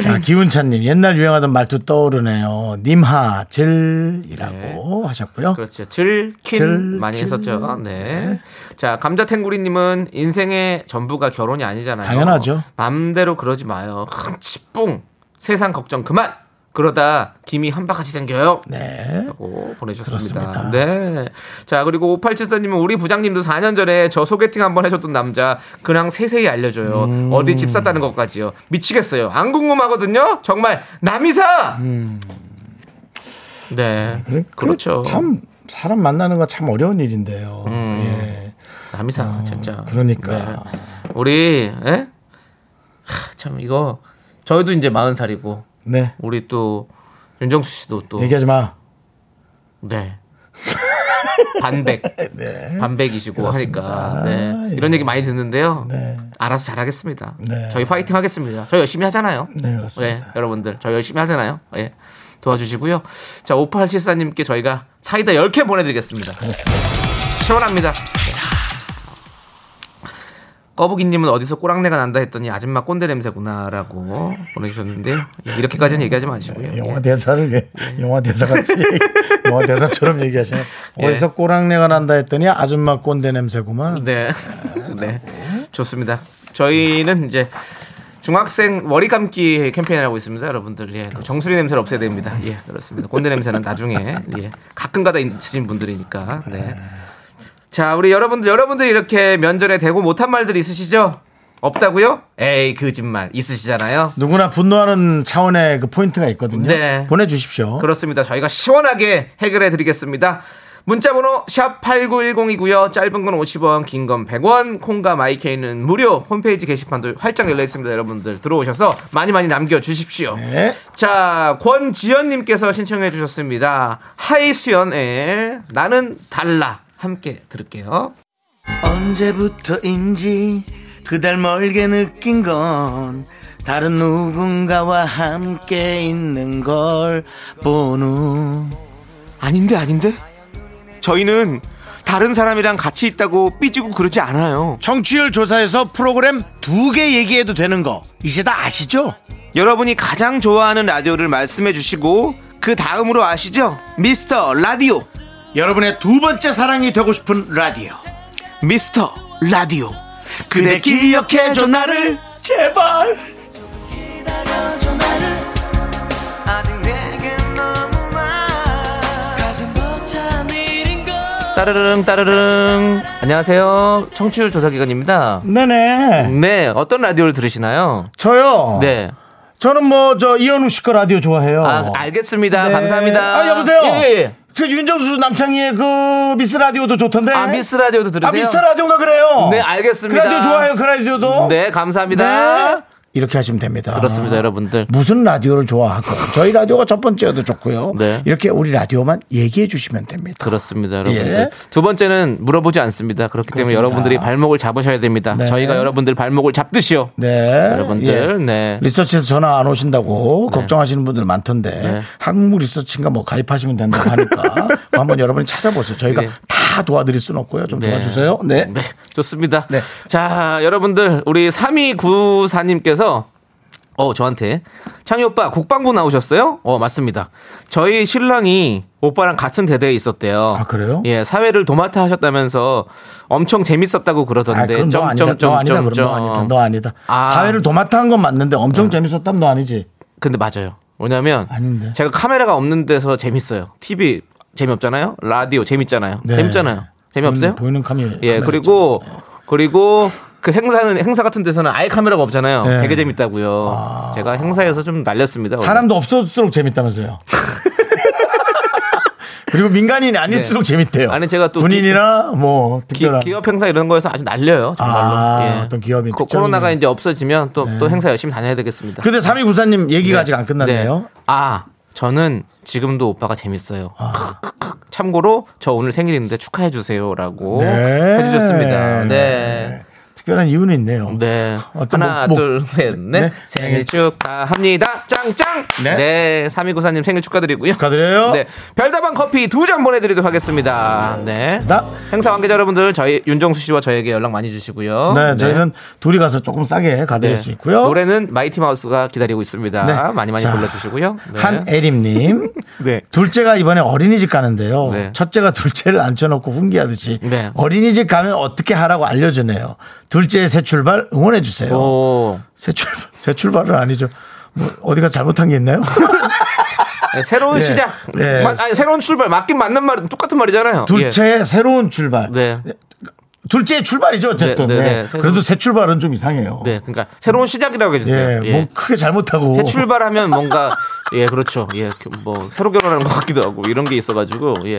Speaker 2: 자, 기훈찬님, 옛날 유행하던 말투 떠오르네요. 님하, 질이라고 하셨고요.
Speaker 3: 그렇죠. 질, 킨
Speaker 2: 질,
Speaker 3: 많이
Speaker 2: 킨.
Speaker 3: 했었죠. 네. 자, 감자탱구리님은 인생의 전부가 결혼이 아니잖아요.
Speaker 2: 당연하죠.
Speaker 3: 맘대로 그러지 마요. 흥치뿡! 세상 걱정 그만! 그러다 김이 한 바가지 생겨요.
Speaker 2: 네.
Speaker 3: 라고 보내셨습니다.
Speaker 2: 그렇습니다.
Speaker 3: 네. 자, 그리고 5874님은 우리 부장님도 4년 전에 저 소개팅 한번 해줬던 남자 그냥 세세히 알려줘요.
Speaker 2: 음.
Speaker 3: 어디 집 샀다는 것까지요. 미치겠어요. 안 궁금하거든요. 정말 남이사. 네.
Speaker 2: 음. 그래,
Speaker 3: 그렇죠.
Speaker 2: 참, 사람 만나는 거 참 어려운 일인데요.
Speaker 3: 음.
Speaker 2: 예.
Speaker 3: 남이사 진짜.
Speaker 2: 그러니까.
Speaker 3: 네. 우리 예? 하, 참 이거 저희도 이제 40살이고
Speaker 2: 네.
Speaker 3: 우리 또 윤정수 씨도 또
Speaker 2: 얘기하지 마.
Speaker 3: 네. 반백.
Speaker 2: 네.
Speaker 3: 반백이시고
Speaker 2: 아,
Speaker 3: 하니까. 네. 이런 얘기 많이 듣는데요. 알아서 잘하겠습니다.
Speaker 2: 네.
Speaker 3: 저희 파이팅 하겠습니다. 저희 열심히 하잖아요.
Speaker 2: 네, 그렇습니다.
Speaker 3: 여러분들. 저희 열심히 하잖아요. 예. 도와주시고요. 자, 5874님께 저희가 사이다 10개 보내드리겠습니다. 시원합니다. 꺼부기님은 어디서 꼬랑내가 난다 했더니 아줌마 꼰대 냄새구나라고 보내주셨는데요. 예, 이렇게까지는 얘기하지 마시고요.
Speaker 2: 네, 영화 대사를 왜
Speaker 3: 네.
Speaker 2: 영화 대사 같이 영화 대사처럼 얘기하시네. 어디서 꼬랑내가 난다 했더니 아줌마 꼰대 냄새구만.
Speaker 3: 예. 네. 네. 좋습니다. 저희는 이제 중학생 머리 감기 캠페인을 하고 있습니다, 여러분들. 예. 정수리 냄새를 없애야 됩니다. 예, 그렇습니다. 꼰대 냄새는 나중에 예. 가끔가다 있으신 분들이니까. 네. 자, 우리 여러분들 여러분들이 이렇게 면전에 대고 못한 말들 있으시죠? 없다고요? 에이, 거짓말. 있으시잖아요.
Speaker 2: 누구나 분노하는 차원의 그 포인트가 있거든요.
Speaker 3: 네.
Speaker 2: 보내주십시오.
Speaker 3: 그렇습니다. 저희가 시원하게 해결해 드리겠습니다. 문자번호 샵 8910이고요. 짧은 건 50원, 긴 건 100원, 콩과 마이케이는 무료. 홈페이지 게시판도 활짝 열려 있습니다. 여러분들 들어오셔서 많이 많이 남겨 주십시오.
Speaker 2: 네.
Speaker 3: 자, 권지연님께서 신청해 주셨습니다. 하이수연의 나는 달라. 함께 들을게요.
Speaker 4: 언제부터인지 그달 멀게 느낀 건 다른 누군가와 함께 있는 걸 보누
Speaker 3: 아닌데, 아닌데? 저희는 다른 사람이랑 같이 있다고 삐지고 그러지 않아요.
Speaker 4: 청취율 조사에서 프로그램 두 개 얘기해도 되는 거 이제 다 아시죠?
Speaker 3: 여러분이 가장 좋아하는 라디오를 말씀해 주시고 그 다음으로 아시죠? 미스터 라디오.
Speaker 4: 여러분의 두 번째 사랑이 되고 싶은 라디오
Speaker 3: 미스터
Speaker 4: 라디오 그대 기억해줘 나를 제발
Speaker 3: 따르릉 따르릉. 안녕하세요. 청취율 조사 기관입니다.
Speaker 2: 네네.
Speaker 3: 네, 어떤 라디오를 들으시나요?
Speaker 2: 저요.
Speaker 3: 네.
Speaker 2: 저는 뭐 저 이현욱 씨 거 라디오 좋아해요.
Speaker 3: 아, 알겠습니다.
Speaker 2: 네.
Speaker 3: 감사합니다.
Speaker 2: 아 여보세요.
Speaker 3: 예, 예.
Speaker 2: 그 윤정수 남창희의 그 미스 라디오도 좋던데.
Speaker 3: 아, 미스 라디오도 들으세요?
Speaker 2: 아, 미스터 라디오인가 그래요.
Speaker 3: 네, 알겠습니다.
Speaker 2: 그 라디오 좋아해요. 그 라디오도.
Speaker 3: 네, 감사합니다.
Speaker 2: 네. 이렇게 하시면 됩니다.
Speaker 3: 그렇습니다, 여러분들.
Speaker 2: 무슨 라디오를 좋아하고 저희 라디오가 첫 번째여도 좋고요.
Speaker 3: 네.
Speaker 2: 이렇게 우리 라디오만 얘기해 주시면 됩니다.
Speaker 3: 그렇습니다, 여러분들.
Speaker 2: 예.
Speaker 3: 두 번째는 물어보지 않습니다. 그렇기 때문에
Speaker 2: 그렇습니다.
Speaker 3: 여러분들이 발목을 잡으셔야 됩니다.
Speaker 2: 네.
Speaker 3: 저희가 여러분들 발목을 잡듯이요.
Speaker 2: 네.
Speaker 3: 여러분들, 네.
Speaker 2: 리서치에서 전화 안 오신다고 걱정하시는 분들 많던데
Speaker 3: 네.
Speaker 2: 한국 리서치인가 뭐 가입하시면 된다고 하니까 한번 여러분이 찾아보세요. 저희가
Speaker 3: 네.
Speaker 2: 다 도와드릴 수는 없고요. 좀
Speaker 3: 네.
Speaker 2: 도와주세요. 네.
Speaker 3: 네, 좋습니다.
Speaker 2: 네.
Speaker 3: 자, 여러분들, 우리 3294님께서 어, 저한테 창희 오빠 국방부 나오셨어요? 어, 맞습니다. 저희 신랑이 오빠랑 같은 대대에 있었대요.
Speaker 2: 아, 그래요?
Speaker 3: 예, 사회를 도맡아 하셨다면서 엄청 재밌었다고
Speaker 2: 아,
Speaker 3: 그러던데.
Speaker 2: 그럼 너 아니다. 너 아니다. 그럼 너 아니다. 너 아니다.
Speaker 3: 아. 네.
Speaker 2: 사회를 도맡아 한 건 맞는데 엄청 재밌었다면 너 아니지.
Speaker 3: 근데 맞아요. 왜냐면
Speaker 2: 아닌데.
Speaker 3: 제가 카메라가 없는 데서 재밌어요. TV 재미없잖아요. 라디오 재밌잖아요.
Speaker 2: 네. 음,
Speaker 3: 재밌잖아요. 재미없어요?
Speaker 2: 보이는 카메라.
Speaker 3: 예,
Speaker 2: 카메라
Speaker 3: 그리고 그리고 그 행사는 행사 같은 데서는 아예 카메라가 없잖아요.
Speaker 2: 예.
Speaker 3: 되게 재밌다고요. 제가 행사에서 좀 날렸습니다.
Speaker 2: 있죠. 사람도 없을수록 재밌다면서요. 그리고 민간인이 아닐수록 재밌대요.
Speaker 3: 네. 아니, 제가 또
Speaker 2: 군인이나 뭐
Speaker 3: 기,
Speaker 2: 특별한
Speaker 3: 기업 행사 이런 거에서 아주 날려요. 정말로. 예.
Speaker 2: 아, 어떤 기업이
Speaker 3: 코-
Speaker 2: 특정인-
Speaker 3: 코로나가 이제 없어지면 또 또 행사 열심히 다녀야 되겠습니다.
Speaker 2: 근데 3294님 얘기가 아직 안 끝났네요.
Speaker 3: 네. 아, 저는 지금도 오빠가 재밌어요.
Speaker 2: 아.
Speaker 3: 크크크. 참고로 저 오늘 생일인데 축하해 주세요라고
Speaker 2: 네.
Speaker 3: 해주셨습니다. 네.
Speaker 2: 특별한 이유는 있네요.
Speaker 3: 네.
Speaker 2: 어떤
Speaker 3: 하나,
Speaker 2: 목- 목-
Speaker 3: 둘, 셋, 넷.
Speaker 2: 네.
Speaker 3: 생일 축하합니다. 짱짱!
Speaker 2: 네.
Speaker 3: 네. 삼 3294님 생일 축하드리고요.
Speaker 2: 축하드려요.
Speaker 3: 네. 별다방 커피 두 잔 보내드리도록 하겠습니다. 네.
Speaker 2: 나-
Speaker 3: 행사 관계자 여러분들, 저희 윤정수 씨와 저에게 연락 많이 주시고요.
Speaker 2: 네, 저희는 둘이 가서 조금 싸게 가드릴
Speaker 3: 네.
Speaker 2: 수 있고요.
Speaker 3: 노래는 마이티 마우스가 기다리고 있습니다.
Speaker 2: 네.
Speaker 3: 많이 많이
Speaker 2: 자,
Speaker 3: 불러주시고요. 네.
Speaker 2: 한애림님.
Speaker 3: 네.
Speaker 2: 둘째가 이번에 어린이집 가는데요.
Speaker 3: 네.
Speaker 2: 첫째가 둘째를 앉혀놓고 훈계하듯이
Speaker 3: 네.
Speaker 2: 어린이집 가면 어떻게 하라고 알려주네요. 둘째의 새 출발 응원해주세요.
Speaker 3: 오.
Speaker 2: 새 출발, 새 출발은 아니죠. 뭐 어디가 잘못한 게 있나요?
Speaker 3: 예. 네, 새로운
Speaker 2: 네.
Speaker 3: 시작.
Speaker 2: 네.
Speaker 3: 마- 아니, 새로운 출발. 맞긴 맞는 말은 똑같은 말이잖아요.
Speaker 2: 둘째의 새로운 출발.
Speaker 3: 예. 네.
Speaker 2: 둘째의 출발이죠, 어쨌든.
Speaker 3: 네, 네,
Speaker 2: 네.
Speaker 3: 네. 새로운-
Speaker 2: 그래도 새 출발은 좀 이상해요.
Speaker 3: 네. 그러니까 새로운 시작이라고
Speaker 2: 예,
Speaker 3: 해주세요. 예.
Speaker 2: 뭐 크게 잘못하고.
Speaker 3: 새 출발하면 뭔가 예 그렇죠 예 뭐 새로 결혼하는 것 같기도 하고 이런 게 있어가지고 예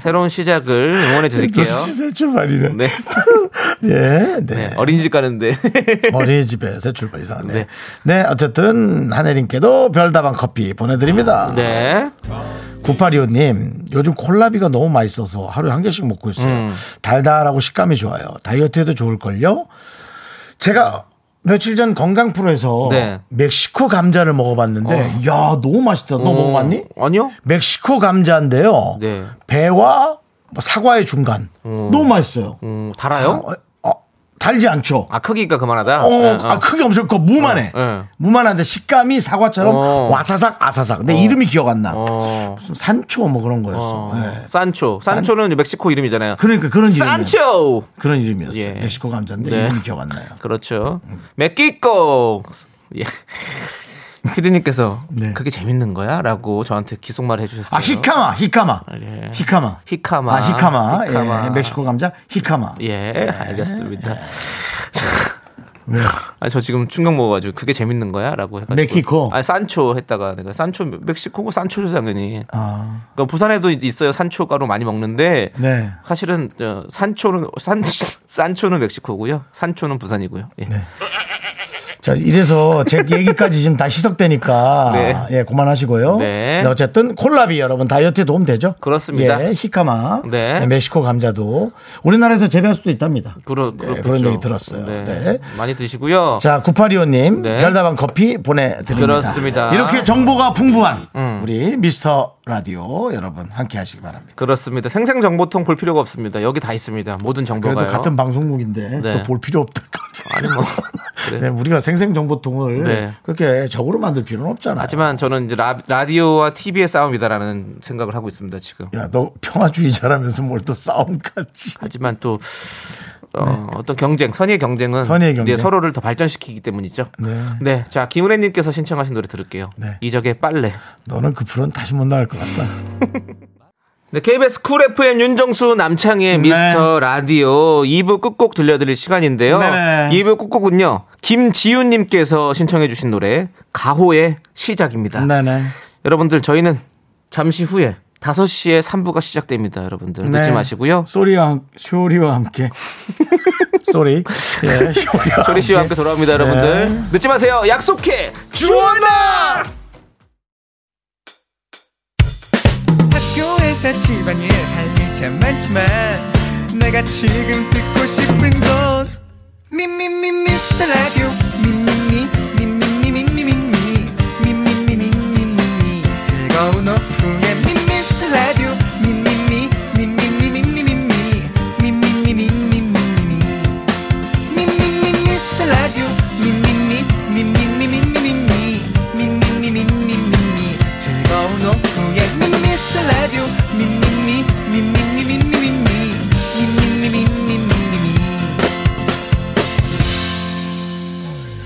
Speaker 3: 새로운 시작을 응원해 드릴게요.
Speaker 2: 둘째 새 출발이래.
Speaker 3: 네,
Speaker 2: 예, 네.
Speaker 3: 네 어린이집 가는데
Speaker 2: 어린이집에 새 출발 이상하네. 네.
Speaker 3: 네.
Speaker 2: 어쨌든 한혜님께도 별다방 커피 보내드립니다.
Speaker 3: 네
Speaker 2: 9825님, 요즘 콜라비가 너무 맛있어서 하루에 한 개씩 먹고 있어요.
Speaker 3: 음.
Speaker 2: 달달하고 식감이 좋아요. 다이어트에도 좋을걸요? 제가 며칠 전 건강 프로에서
Speaker 3: 네.
Speaker 2: 멕시코 감자를 먹어봤는데, 야 너무 맛있다. 너뭐 먹어봤니?
Speaker 3: 어, 아니요.
Speaker 2: 멕시코 감자인데요.
Speaker 3: 네.
Speaker 2: 배와 뭐 사과의 중간. 너무 맛있어요.
Speaker 3: 음, 달아요?
Speaker 2: 어, 어, 달지 않죠?
Speaker 3: 아 크기가 그만하다.
Speaker 2: 어,
Speaker 3: 예,
Speaker 2: 아, 크게 엄청 커. 무만해.
Speaker 3: 어, 예.
Speaker 2: 무만한데 식감이 사과처럼
Speaker 3: 어.
Speaker 2: 와사삭 아사삭. 내 이름이 기억 안 나.
Speaker 3: 어,
Speaker 2: 무슨 산초 뭐 그런 거였어.
Speaker 3: 어,
Speaker 2: 예.
Speaker 3: 산초 산초는 멕시코 이름이잖아요.
Speaker 2: 그러니까 그런 이름.
Speaker 3: 산초
Speaker 2: 그런 이름이었어요.
Speaker 3: 예.
Speaker 2: 멕시코 감자인데
Speaker 3: 네.
Speaker 2: 이름이 기억 안 나요.
Speaker 3: 그렇죠.
Speaker 2: 음.
Speaker 3: 멕시코. 예. 피디님께서
Speaker 2: 네.
Speaker 3: 그게 재밌는 거야라고 저한테 기속말 해주셨어요.
Speaker 2: 아 히카마, 히카마,
Speaker 3: 예.
Speaker 2: 히카마,
Speaker 3: 히카마.
Speaker 2: 아 히카마,
Speaker 3: 히카마.
Speaker 2: 예. 멕시코 감자 히카마.
Speaker 3: 예, 알겠습니다.
Speaker 2: 네. 왜요?
Speaker 3: 아, 저 지금 충격 먹어가지고 그게 재밌는 거야라고 해가지고.
Speaker 2: 멕시코?
Speaker 3: 아, 산초 했다가 내가 산초 멕시코고 산초죠 당연히.
Speaker 2: 아,
Speaker 3: 그러니까 부산에도 있어요 산초 가루 많이 먹는데.
Speaker 2: 네.
Speaker 3: 사실은 저 산초는 산 산초는 멕시코고요. 산초는 부산이고요. 예.
Speaker 2: 네. 자 이래서 제 얘기까지 지금 다 희석되니까
Speaker 3: 네.
Speaker 2: 예 그만하시고요.
Speaker 3: 네.
Speaker 2: 근데 어쨌든 콜라비 여러분 다이어트에 도움 되죠.
Speaker 3: 그렇습니다.
Speaker 2: 예, 히카마,
Speaker 3: 네.
Speaker 2: 예, 멕시코 감자도 우리나라에서 재배할 수도 있답니다.
Speaker 3: 그러,
Speaker 2: 네,
Speaker 3: 그렇겠죠.
Speaker 2: 그런 얘기 들었어요.
Speaker 3: 네.
Speaker 2: 네.
Speaker 3: 많이 드시고요.
Speaker 2: 자, 9825님,
Speaker 3: 네.
Speaker 2: 별다방 커피 보내드립니다.
Speaker 3: 그렇습니다. 음.
Speaker 2: 이렇게 정보가 풍부한 우리 미스터 라디오 여러분 함께 하시기 바랍니다.
Speaker 3: 그렇습니다. 생생정보통 볼 필요가 없습니다. 여기 다 있습니다. 모든 정보가요.
Speaker 2: 그래도 같은 방송국인데
Speaker 3: 네.
Speaker 2: 또 볼 필요 없다까지.
Speaker 3: 아니 뭐. 그래요.
Speaker 2: 네, 우리가 생생정보통을
Speaker 3: 네.
Speaker 2: 그렇게 적으로 만들 필요는 없잖아요.
Speaker 3: 하지만 저는 이제 라, 라디오와 TV의 싸움이다라는 생각을 하고 있습니다 지금.
Speaker 2: 야, 너 평화주의자라면서 뭘 또 싸움까지.
Speaker 3: 하지만 또 어, 떤 경쟁, 선의의 경쟁은
Speaker 2: 네. 선의의 경쟁.
Speaker 3: 이제 서로를 더 발전시키기 때문이죠.
Speaker 2: 네.
Speaker 3: 자 김은혜님께서 신청하신 노래 들을게요.
Speaker 2: 네.
Speaker 3: 이적의 빨래.
Speaker 2: 너는 그 프로는 다시 못 나갈 것 같다.
Speaker 3: 네, KBS 쿨 FM 윤정수 남창희의
Speaker 2: 네.
Speaker 3: 미스터 라디오 2부 끝곡 들려드릴 시간인데요.
Speaker 2: 네네.
Speaker 3: 2부 끝곡은요. 김지윤님께서 신청해 주신 노래 가호의 시작입니다.
Speaker 2: 아, 네네.
Speaker 3: 여러분들 저희는 잠시 후에 5시에 3부가 시작됩니다. 여러분들
Speaker 2: 네.
Speaker 3: 늦지 마시고요.
Speaker 2: 소리와, 함- 쇼리와 함께. 소리. 예, 쇼리와
Speaker 3: 조리 씨와 함께 돌아옵니다, 여러분들.
Speaker 2: 네.
Speaker 3: 늦지 마세요. 약속해. 주원아!
Speaker 7: 학교에서 집안일 할 일 참 많지만 내가 지금 듣고 싶은 건 미미미 미스터 라디오 미미미 미미미 미미미 미미미 미미미 미미미 즐거운 오후에 미미스터 라디오 미미미 미미미 미미미 미미미 미미미 미미미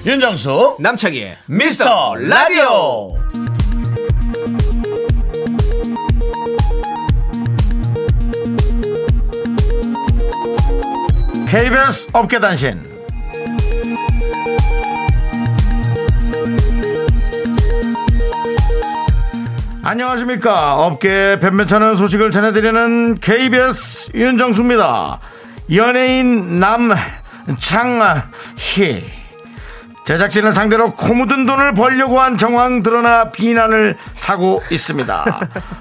Speaker 2: 윤정수.
Speaker 3: 남창희의
Speaker 2: 미스터 라디오. KBS 업계단신 안녕하십니까 업계 변변찮은 소식을 전해드리는 KBS 윤정수입니다 연예인 남창희 제작진을 상대로 코 묻은 돈을 벌려고 한 정황 드러나 비난을 사고 있습니다.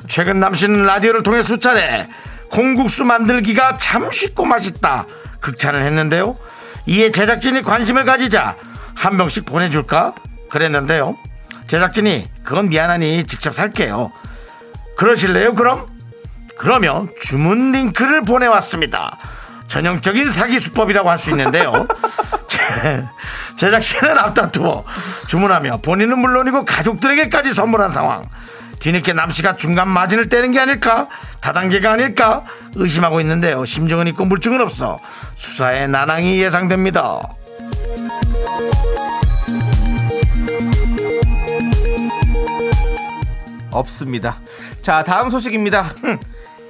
Speaker 2: 최근 남씨는 라디오를 통해 수차례 콩국수 만들기가 참 쉽고 맛있다 극찬을 했는데요. 이에 제작진이 관심을 가지자 한 명씩 보내줄까 그랬는데요. 제작진이 그건 미안하니 직접 살게요. 그러실래요 그럼? 그러며 주문 링크를 보내왔습니다. 전형적인 사기 수법이라고 할 수 있는데요. 제- 제작진은 앞다투어 주문하며 본인은 물론이고 가족들에게까지 선물한 상황. 뒤늦게 남씨가 중간 마진을 떼는 게 아닐까? 다단계가 아닐까? 의심하고 있는데요. 심정은 있고 물증은 없어 수사에 난항이 예상됩니다.
Speaker 3: 없습니다. 자, 다음 소식입니다.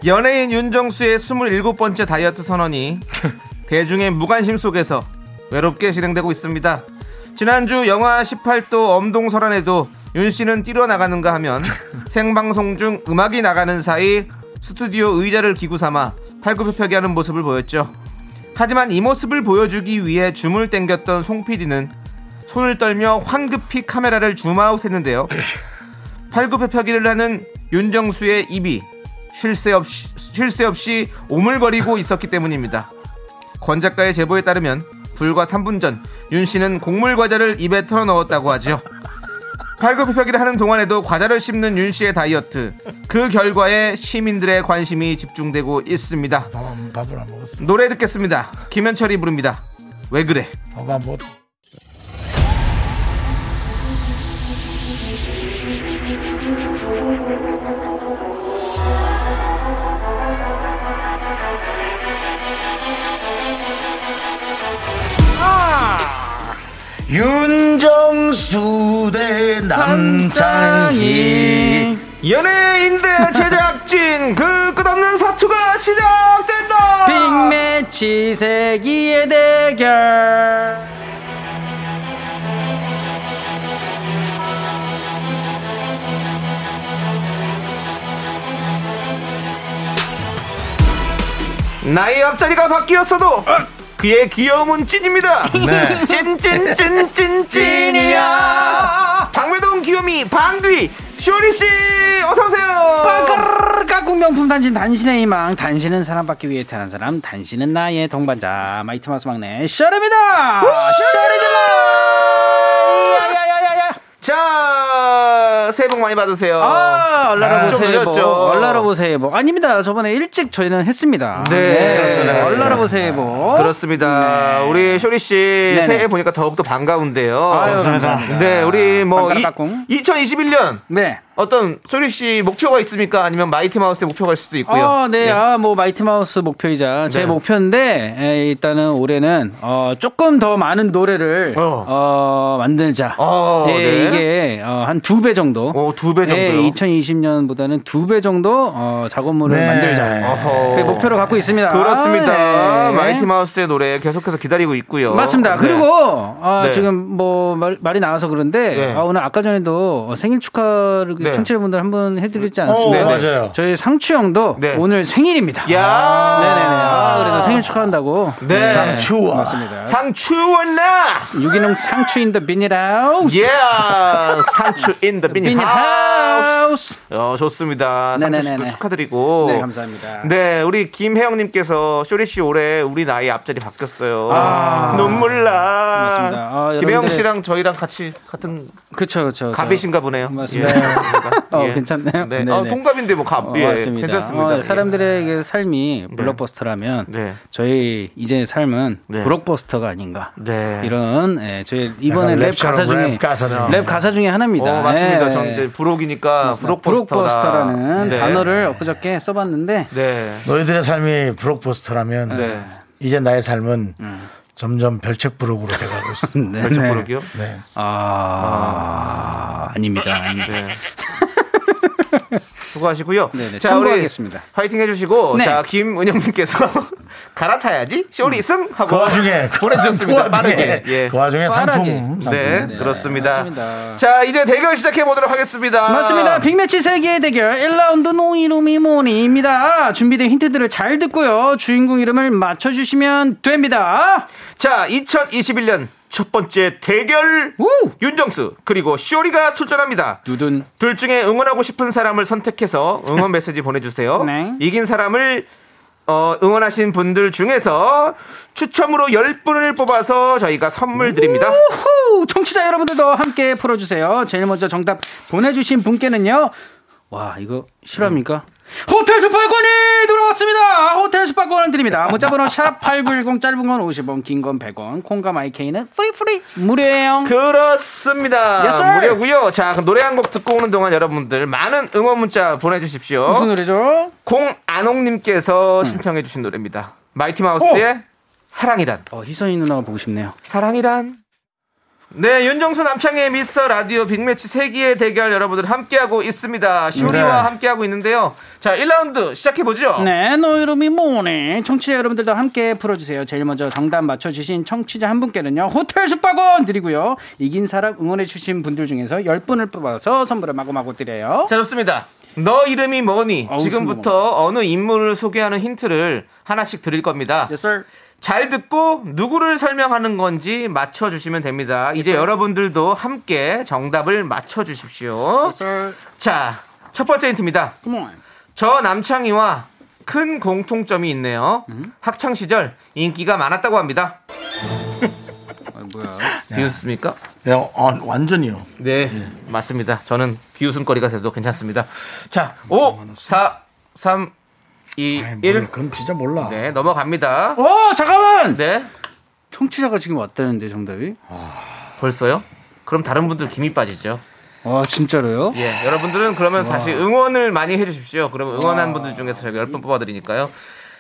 Speaker 3: 연예인 윤정수의 27번째 다이어트 선언이 대중의 무관심 속에서 외롭게 진행되고 있습니다. 지난주 영화 18도 엄동설안에도 윤 씨는 뛰어나가는가 하면 생방송 중 음악이 나가는 사이 스튜디오 의자를 기구 삼아 팔굽혀펴기 하는 모습을 보였죠. 하지만 이 모습을 보여주기 위해 줌을 땡겼던 송 PD는 손을 떨며 황급히 카메라를 줌아웃했는데요. 팔굽혀펴기를 하는 윤정수의 입이 쉴 새 없이 쉴 새 없이 오물거리고 있었기 때문입니다. 권 작가의 제보에 따르면 불과 3분 전 윤 씨는 곡물 과자를 입에 털어 넣었다고 하죠. 팔굽혀펴기를 하는 동안에도 과자를 씹는 윤 씨의 다이어트 그 결과에 시민들의 관심이 집중되고 있습니다.
Speaker 8: 밥안 밥을 안 먹었어.
Speaker 3: 노래 듣겠습니다. 김현철이 부릅니다. 왜 그래?
Speaker 8: 밥안
Speaker 2: 뭐.
Speaker 8: 먹었.
Speaker 2: 아! 윤정수 대 남창희
Speaker 3: 연예인대 제작진 그 끝없는 사투가 시작된다.
Speaker 9: 빅매치 세기의 대결
Speaker 3: 나의 앞자리가 바뀌었어도 그의 귀여움은 찐입니다.
Speaker 9: 네.
Speaker 3: 찐찐찐찐찐이야. 박매동 귀요미 방귀 쇼리 씨 어서 오세요.
Speaker 9: 까꿍 명품 단신 단신의 희망 단신은 사랑받기 위해 태어난 사람 단신은 나의 동반자 마이트마스 막내 셔르입니다
Speaker 3: 아,
Speaker 9: 셔르질러 야야야야야
Speaker 3: 자 새해 복 많이 받으세요.
Speaker 9: 아, 얼라라
Speaker 3: 아, 좀
Speaker 9: 보세요.
Speaker 3: 늦었죠.
Speaker 9: 얼라라 보세요. 뭐 아닙니다. 저번에 일찍 저희는 했습니다.
Speaker 3: 네.
Speaker 2: 아,
Speaker 3: 그렇습니다.
Speaker 9: 얼라라
Speaker 2: 네.
Speaker 9: 보세요.
Speaker 3: 음. 그렇습니다. 우리 쇼리 씨
Speaker 9: 어? 네. 네네.
Speaker 3: 새해 보니까 더욱더 반가운데요.
Speaker 9: 아유, 감사합니다.
Speaker 3: 네, 우리 뭐 이,
Speaker 9: 반가락꿍.
Speaker 3: 2021년
Speaker 9: 네.
Speaker 3: 어떤 쇼리 씨 목표가 있습니까? 아니면 마이티 마우스의 목표가 있을 수도 있고요.
Speaker 9: 아, 네.
Speaker 3: 예.
Speaker 9: 아, 뭐 마이티 마우스 목표이자 제
Speaker 3: 네.
Speaker 9: 목표인데 에, 일단은 올해는 어, 조금 더 많은 노래를
Speaker 3: 어.
Speaker 9: 어. 만들자.
Speaker 3: 어,
Speaker 9: 예,
Speaker 3: 네.
Speaker 9: 이게 어, 한 두 배 정도.
Speaker 3: 어, 두배 정도요?
Speaker 9: 네, 2020년보다는 두 배 정도 어, 작업물을
Speaker 2: 네.
Speaker 9: 만들자.
Speaker 3: 어허.
Speaker 9: 그 목표를 갖고 있습니다.
Speaker 3: 그렇습니다.
Speaker 9: 네.
Speaker 3: 마이티 마우스의 노래 계속해서 기다리고 있고요.
Speaker 9: 맞습니다.
Speaker 3: 네.
Speaker 9: 그리고 아,
Speaker 3: 네.
Speaker 9: 지금 뭐 말, 이 나와서 그런데
Speaker 3: 네.
Speaker 9: 아, 오늘 아까 전에도 어, 생일 축하를
Speaker 3: 네. 어,
Speaker 9: 청취자분들 한 번 해드리지
Speaker 2: 오,
Speaker 9: 않았습니까?
Speaker 3: 네네.
Speaker 2: 맞아요.
Speaker 9: 저희 상추 형도
Speaker 3: 네.
Speaker 9: 오늘 생일입니다.
Speaker 3: 야.
Speaker 9: 네네네. 아, 그래서 생일 축하한다고.
Speaker 3: 네.
Speaker 2: 상추와
Speaker 3: 상추원나.
Speaker 9: 유기농 상추인 더 비닐하우스.
Speaker 3: 예. 상추 인더 비니 하우스.
Speaker 9: 비닐하우스.
Speaker 3: 어, 좋습니다. 상추 씨도
Speaker 9: 네네네네.
Speaker 3: 축하드리고.
Speaker 9: 네, 감사합니다.
Speaker 3: 네, 우리 김혜영님께서 쇼리 씨 올해 우리 나이 앞자리 바뀌었어요. 눈물 나.
Speaker 9: 맞습니다. 아,
Speaker 3: 김혜영
Speaker 9: 여러분들의-
Speaker 3: 씨랑 저희랑 같이 같은
Speaker 9: 그쵸, 그쵸.
Speaker 3: 갑이신가 보네요. 예.
Speaker 9: 맞습니다. 어, 괜찮네요.
Speaker 3: 네.
Speaker 9: 네네.
Speaker 3: 어, 동갑인데 뭐 갑.
Speaker 9: 어,
Speaker 3: 예,
Speaker 9: 맞습니다.
Speaker 3: 괜찮습니다.
Speaker 9: 어, 사람들의 그 삶이 블록버스터라면
Speaker 3: 네.
Speaker 9: 저희 이제 삶은
Speaker 3: 네.
Speaker 9: 블록버스터가 아닌가.
Speaker 3: 네.
Speaker 9: 이런 예, 저희 이번에
Speaker 2: 약간
Speaker 9: 랩 가사
Speaker 2: 랩처럼
Speaker 9: 중에
Speaker 2: 랩 가사 중에.
Speaker 9: 랩 가사 중에 하나입니다.
Speaker 3: 어, 맞습니다.
Speaker 9: 예.
Speaker 3: 전 이제 부록이니까 부록버스터다.
Speaker 9: 브록버스터라는
Speaker 3: 네.
Speaker 9: 단어를 엊그저께 써봤는데
Speaker 3: 네.
Speaker 8: 너희들의 삶이 브록버스터라면
Speaker 3: 네.
Speaker 8: 이제 나의 삶은
Speaker 9: 음.
Speaker 8: 점점 별책 브록으로 돼가고 있어.
Speaker 9: 네,
Speaker 3: 별책
Speaker 9: 네.
Speaker 3: 부록이요?
Speaker 8: 네.
Speaker 9: 아, 아닙니다. 아닙니다.
Speaker 3: 네. 예. 수고하시고요.
Speaker 9: 네. 네네,
Speaker 3: 우리
Speaker 9: 참고하겠습니다.
Speaker 3: 파이팅 해주시고
Speaker 9: 네.
Speaker 3: 자 김은영님께서 갈아타야지 쇼리 있음 하고
Speaker 2: 그 와중에
Speaker 3: 보내주셨습니다.
Speaker 2: 그 와중에,
Speaker 3: 빠르게 예.
Speaker 2: 그 와중에 상품
Speaker 9: 빠르게.
Speaker 2: 상품.
Speaker 3: 네,
Speaker 9: 네,
Speaker 3: 그렇습니다.
Speaker 9: 맞습니다.
Speaker 3: 자 이제 대결 시작해 보도록 하겠습니다.
Speaker 9: 맞습니다. 빅매치 세계 대결 1라운드 농이루미 모니입니다. 준비된 힌트들을 잘 듣고요. 주인공 이름을 맞춰주시면 됩니다.
Speaker 3: 자 2021년 첫 번째 대결
Speaker 9: 우!
Speaker 3: 윤정수 그리고 쇼리가 출전합니다.
Speaker 9: 두둔.
Speaker 3: 둘 중에 응원하고 싶은 사람을 선택해서 응원 메시지 보내주세요.
Speaker 9: 네.
Speaker 3: 이긴 사람을 어, 응원하신 분들 중에서 추첨으로 10분을 뽑아서 저희가 선물 드립니다.
Speaker 9: 우후! 청취자 여러분들도 함께 풀어주세요. 제일 먼저 정답 보내주신 분께는요. 와, 이거 실화입니까? 호텔 숙박권이 돌아왔습니다! 호텔 숙박권을 드립니다. 문자번호 샵8910 짧은 건 50원, 긴 건 100원, 콩과 마이케이는 프리프리 무료예요.
Speaker 3: 그렇습니다.
Speaker 9: Yes, sir.
Speaker 3: 무료고요. 자, 그럼 노래 한 곡 듣고 오는 동안 여러분들 많은 응원 문자 보내주십시오.
Speaker 9: 무슨 음. 노래죠?
Speaker 3: 공안옥님께서 신청해주신 노래입니다. 마이티 마우스의 사랑이란.
Speaker 9: 어, 희선이 누나가 보고 싶네요.
Speaker 3: 사랑이란. 네, 윤정수 남창의 미스터 라디오 빅매치 세기의 대결 여러분들 함께하고 있습니다. 쇼리와 함께하고 있는데요. 자, 1라운드 시작해보죠.
Speaker 9: 네, 너 이름이 뭐니? 청취자 여러분들도 함께 풀어주세요. 제일 먼저 정답 맞춰주신 청취자 한 분께는요, 호텔 숙박원 드리고요. 이긴 사람 응원해주신 분들 중에서 10분을 뽑아서 선물을 마구마구 드려요.
Speaker 3: 자, 좋습니다. 너 이름이 뭐니?
Speaker 9: 어우,
Speaker 3: 지금부터 어느 인물을 소개하는 힌트를 하나씩 드릴 겁니다.
Speaker 9: Yes, sir.
Speaker 3: 잘 듣고 누구를 설명하는 건지 맞춰주시면 됩니다.
Speaker 9: 네.
Speaker 3: 이제 여러분들도 함께 정답을 맞춰주십시오.
Speaker 9: Yes, sir.
Speaker 3: 자, 첫 번째 힌트입니다.
Speaker 9: 어, Come on.
Speaker 3: 저 남창희와 큰 공통점이 있네요.
Speaker 2: 음?
Speaker 3: 학창 시절 인기가 많았다고 합니다.
Speaker 9: 아,
Speaker 3: 비웃습니까?
Speaker 2: 네, 어, 완전히요.
Speaker 3: 네,
Speaker 2: 예.
Speaker 3: 맞습니다. 저는 비웃음거리가 돼도 괜찮습니다. 자, 5, 4, 3, 2,
Speaker 2: 뭐 아이, 뭘,
Speaker 3: 1.
Speaker 2: 그럼 진짜 몰라.
Speaker 3: 네, 넘어갑니다.
Speaker 9: 어, 잠깐만!
Speaker 3: 네,
Speaker 9: 청취자가 지금 왔다는데, 정답이?
Speaker 3: 벌써요? 그럼 다른 분들 김이 빠지죠.
Speaker 9: 아, 진짜로요?
Speaker 3: 예, 여러분들은 그러면 다시 응원을 많이 해주십시오. 그러면 응원한 분들 중에서 저희가 10분 뽑아드리니까요.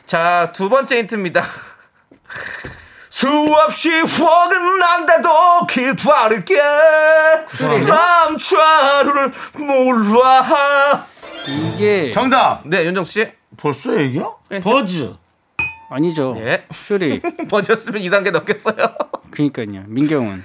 Speaker 3: 자, 두 번째 힌트입니다. 수없이 훅은 난데도 기다릴게 남자를 몰라
Speaker 9: 이게
Speaker 2: 정답.
Speaker 3: 네, 윤정수 씨.
Speaker 2: 벌써 얘기야? 버즈.
Speaker 9: 아니죠.
Speaker 3: 예.
Speaker 9: 쇼리.
Speaker 3: 버텼으면 2단계 넘겼어요.
Speaker 9: 그니까요. 민경훈.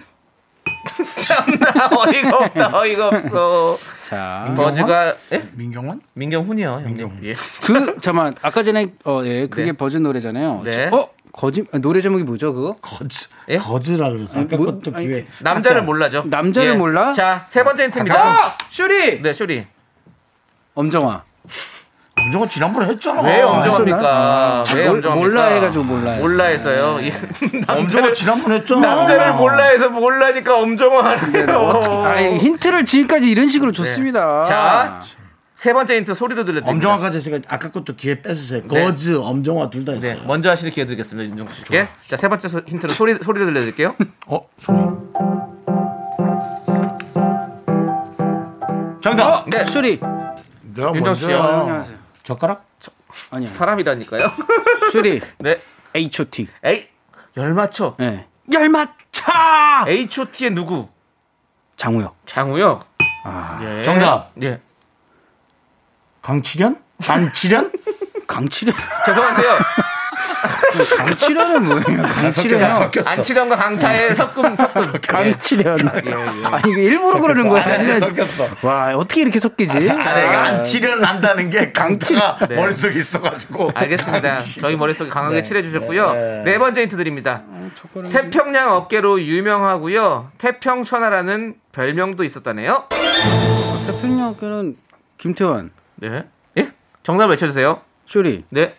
Speaker 3: 참나, 어이가 없다, 어이가 없어.
Speaker 9: 자.
Speaker 3: 버즈가, 예?
Speaker 2: 민경원?
Speaker 3: 민경훈이요, 형님. 예.
Speaker 9: 그, 잠깐만. 아까 전에, 어, 예, 그게
Speaker 3: 네.
Speaker 9: 버즈 노래잖아요.
Speaker 3: 네.
Speaker 9: 저- 어? 거짓, 아, 노래 제목이 뭐죠, 그거?
Speaker 2: 거즈.
Speaker 3: 예?
Speaker 2: 거즈라 그랬어. 아까
Speaker 9: 뭐,
Speaker 2: 그것도
Speaker 9: 아니,
Speaker 2: 기회.
Speaker 3: 남자를 몰라죠. 예.
Speaker 9: 남자를 몰라?
Speaker 3: 자, 세 번째 힌트입니다.
Speaker 9: 쇼리!
Speaker 3: 네, 쇼리.
Speaker 9: 엄정화.
Speaker 2: 엄정은 지난번에 했잖아.
Speaker 3: 왜 엄정합니까?
Speaker 9: 했었나?
Speaker 3: 왜
Speaker 9: 아, 몰-
Speaker 3: 엄정합니까?
Speaker 9: 몰라 해가지고 몰라요. 네.
Speaker 3: 몰라해서요. 예.
Speaker 2: 엄정은
Speaker 3: 남자를
Speaker 2: 지난번에 어. 했잖아.
Speaker 3: 남자를 몰라해서 몰라니까
Speaker 9: 아,
Speaker 3: 엄정화하네요. 어.
Speaker 9: 힌트를 지금까지 이런 식으로 줬습니다.
Speaker 3: 자, 세 번째 힌트 소리로 들려드립니다.
Speaker 2: 엄정화까지 그- 했으니까 아까 것도 기회 뺏으세요. 거즈, 엄정화 둘 다
Speaker 3: 네,
Speaker 2: 했어요.
Speaker 3: 먼저 하시는 기회 드리겠습니다, 윤정수 씨께. 자, 세 번째 소- 힌트로 소리 소리로 들려드릴게요.
Speaker 2: 어, 소리. 정답.
Speaker 3: 네,
Speaker 9: 쇼리.
Speaker 2: 내가
Speaker 3: 윤정수
Speaker 2: 먼저
Speaker 3: 씨요.
Speaker 9: 안녕하세요.
Speaker 2: 어? 젓가락?
Speaker 9: 아니요.
Speaker 3: 사람이라니까요.
Speaker 9: 쇼리.
Speaker 3: 네,
Speaker 9: H.O.T.
Speaker 3: 에이 열맞춰.
Speaker 9: 예. 열맞차!
Speaker 2: 아.
Speaker 3: H.O.T의 누구?
Speaker 9: 장우혁.
Speaker 3: 장우혁. 예.
Speaker 2: 아, 정답.
Speaker 3: 예.
Speaker 2: 강치련? 강치련?
Speaker 9: 강치련.
Speaker 3: 죄송한데요.
Speaker 9: 강치련은 뭐예요? 강치련.
Speaker 3: 안치령과 강타의 섞음 섞음.
Speaker 9: 강치련.
Speaker 3: 예.
Speaker 9: 아니, 이거 일부러 그러는 거야.
Speaker 2: 안에 섞였어.
Speaker 9: 와, 어떻게 이렇게 섞이지?
Speaker 2: 아, 내가 안치련 한다는 게 강치가
Speaker 3: 네.
Speaker 2: 머릿속에 있어가지고.
Speaker 3: 알겠습니다. 저희 머릿속에 강하게 칠해주셨고요. 네. 번째 힌트 드립니다.
Speaker 9: 아,
Speaker 3: 태평양 어깨로 유명하고요. 태평천하라는 별명도 있었다네요.
Speaker 9: 태평양학교는 김태환,
Speaker 3: 네. 예? 정답 외쳐주세요.
Speaker 9: 쇼리.
Speaker 3: 네.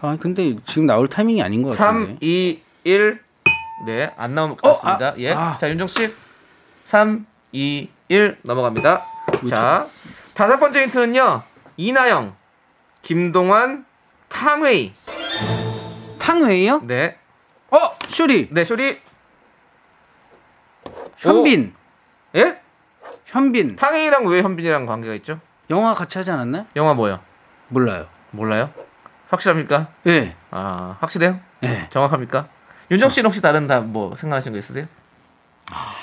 Speaker 9: 아, 근데 지금 나올 타이밍이 아닌 것 같은데.
Speaker 3: 3, 2, 1. 네. 안 나온 것 같습니다.
Speaker 9: 어, 아,
Speaker 3: 예.
Speaker 9: 아.
Speaker 3: 자, 윤정씨. 3, 2, 1. 넘어갑니다. 자. 다섯 번째 힌트는요. 이나영, 김동완, 탕웨이.
Speaker 9: 탕웨이요?
Speaker 3: 네.
Speaker 9: 어, 쇼리.
Speaker 3: 네, 쇼리.
Speaker 9: 현빈.
Speaker 3: 예?
Speaker 9: 현빈.
Speaker 3: 탕웨이랑 왜 현빈이랑 관계가 있죠?
Speaker 9: 영화 같이 하지 않았나요?
Speaker 3: 영화 뭐요?
Speaker 9: 몰라요.
Speaker 3: 몰라요? 확실합니까?
Speaker 9: 예.
Speaker 3: 아 확실해요?
Speaker 9: 예.
Speaker 2: 네.
Speaker 3: 정확합니까? 윤정 씨는 혹시 다른 다 뭐 생각하신 거 있으세요?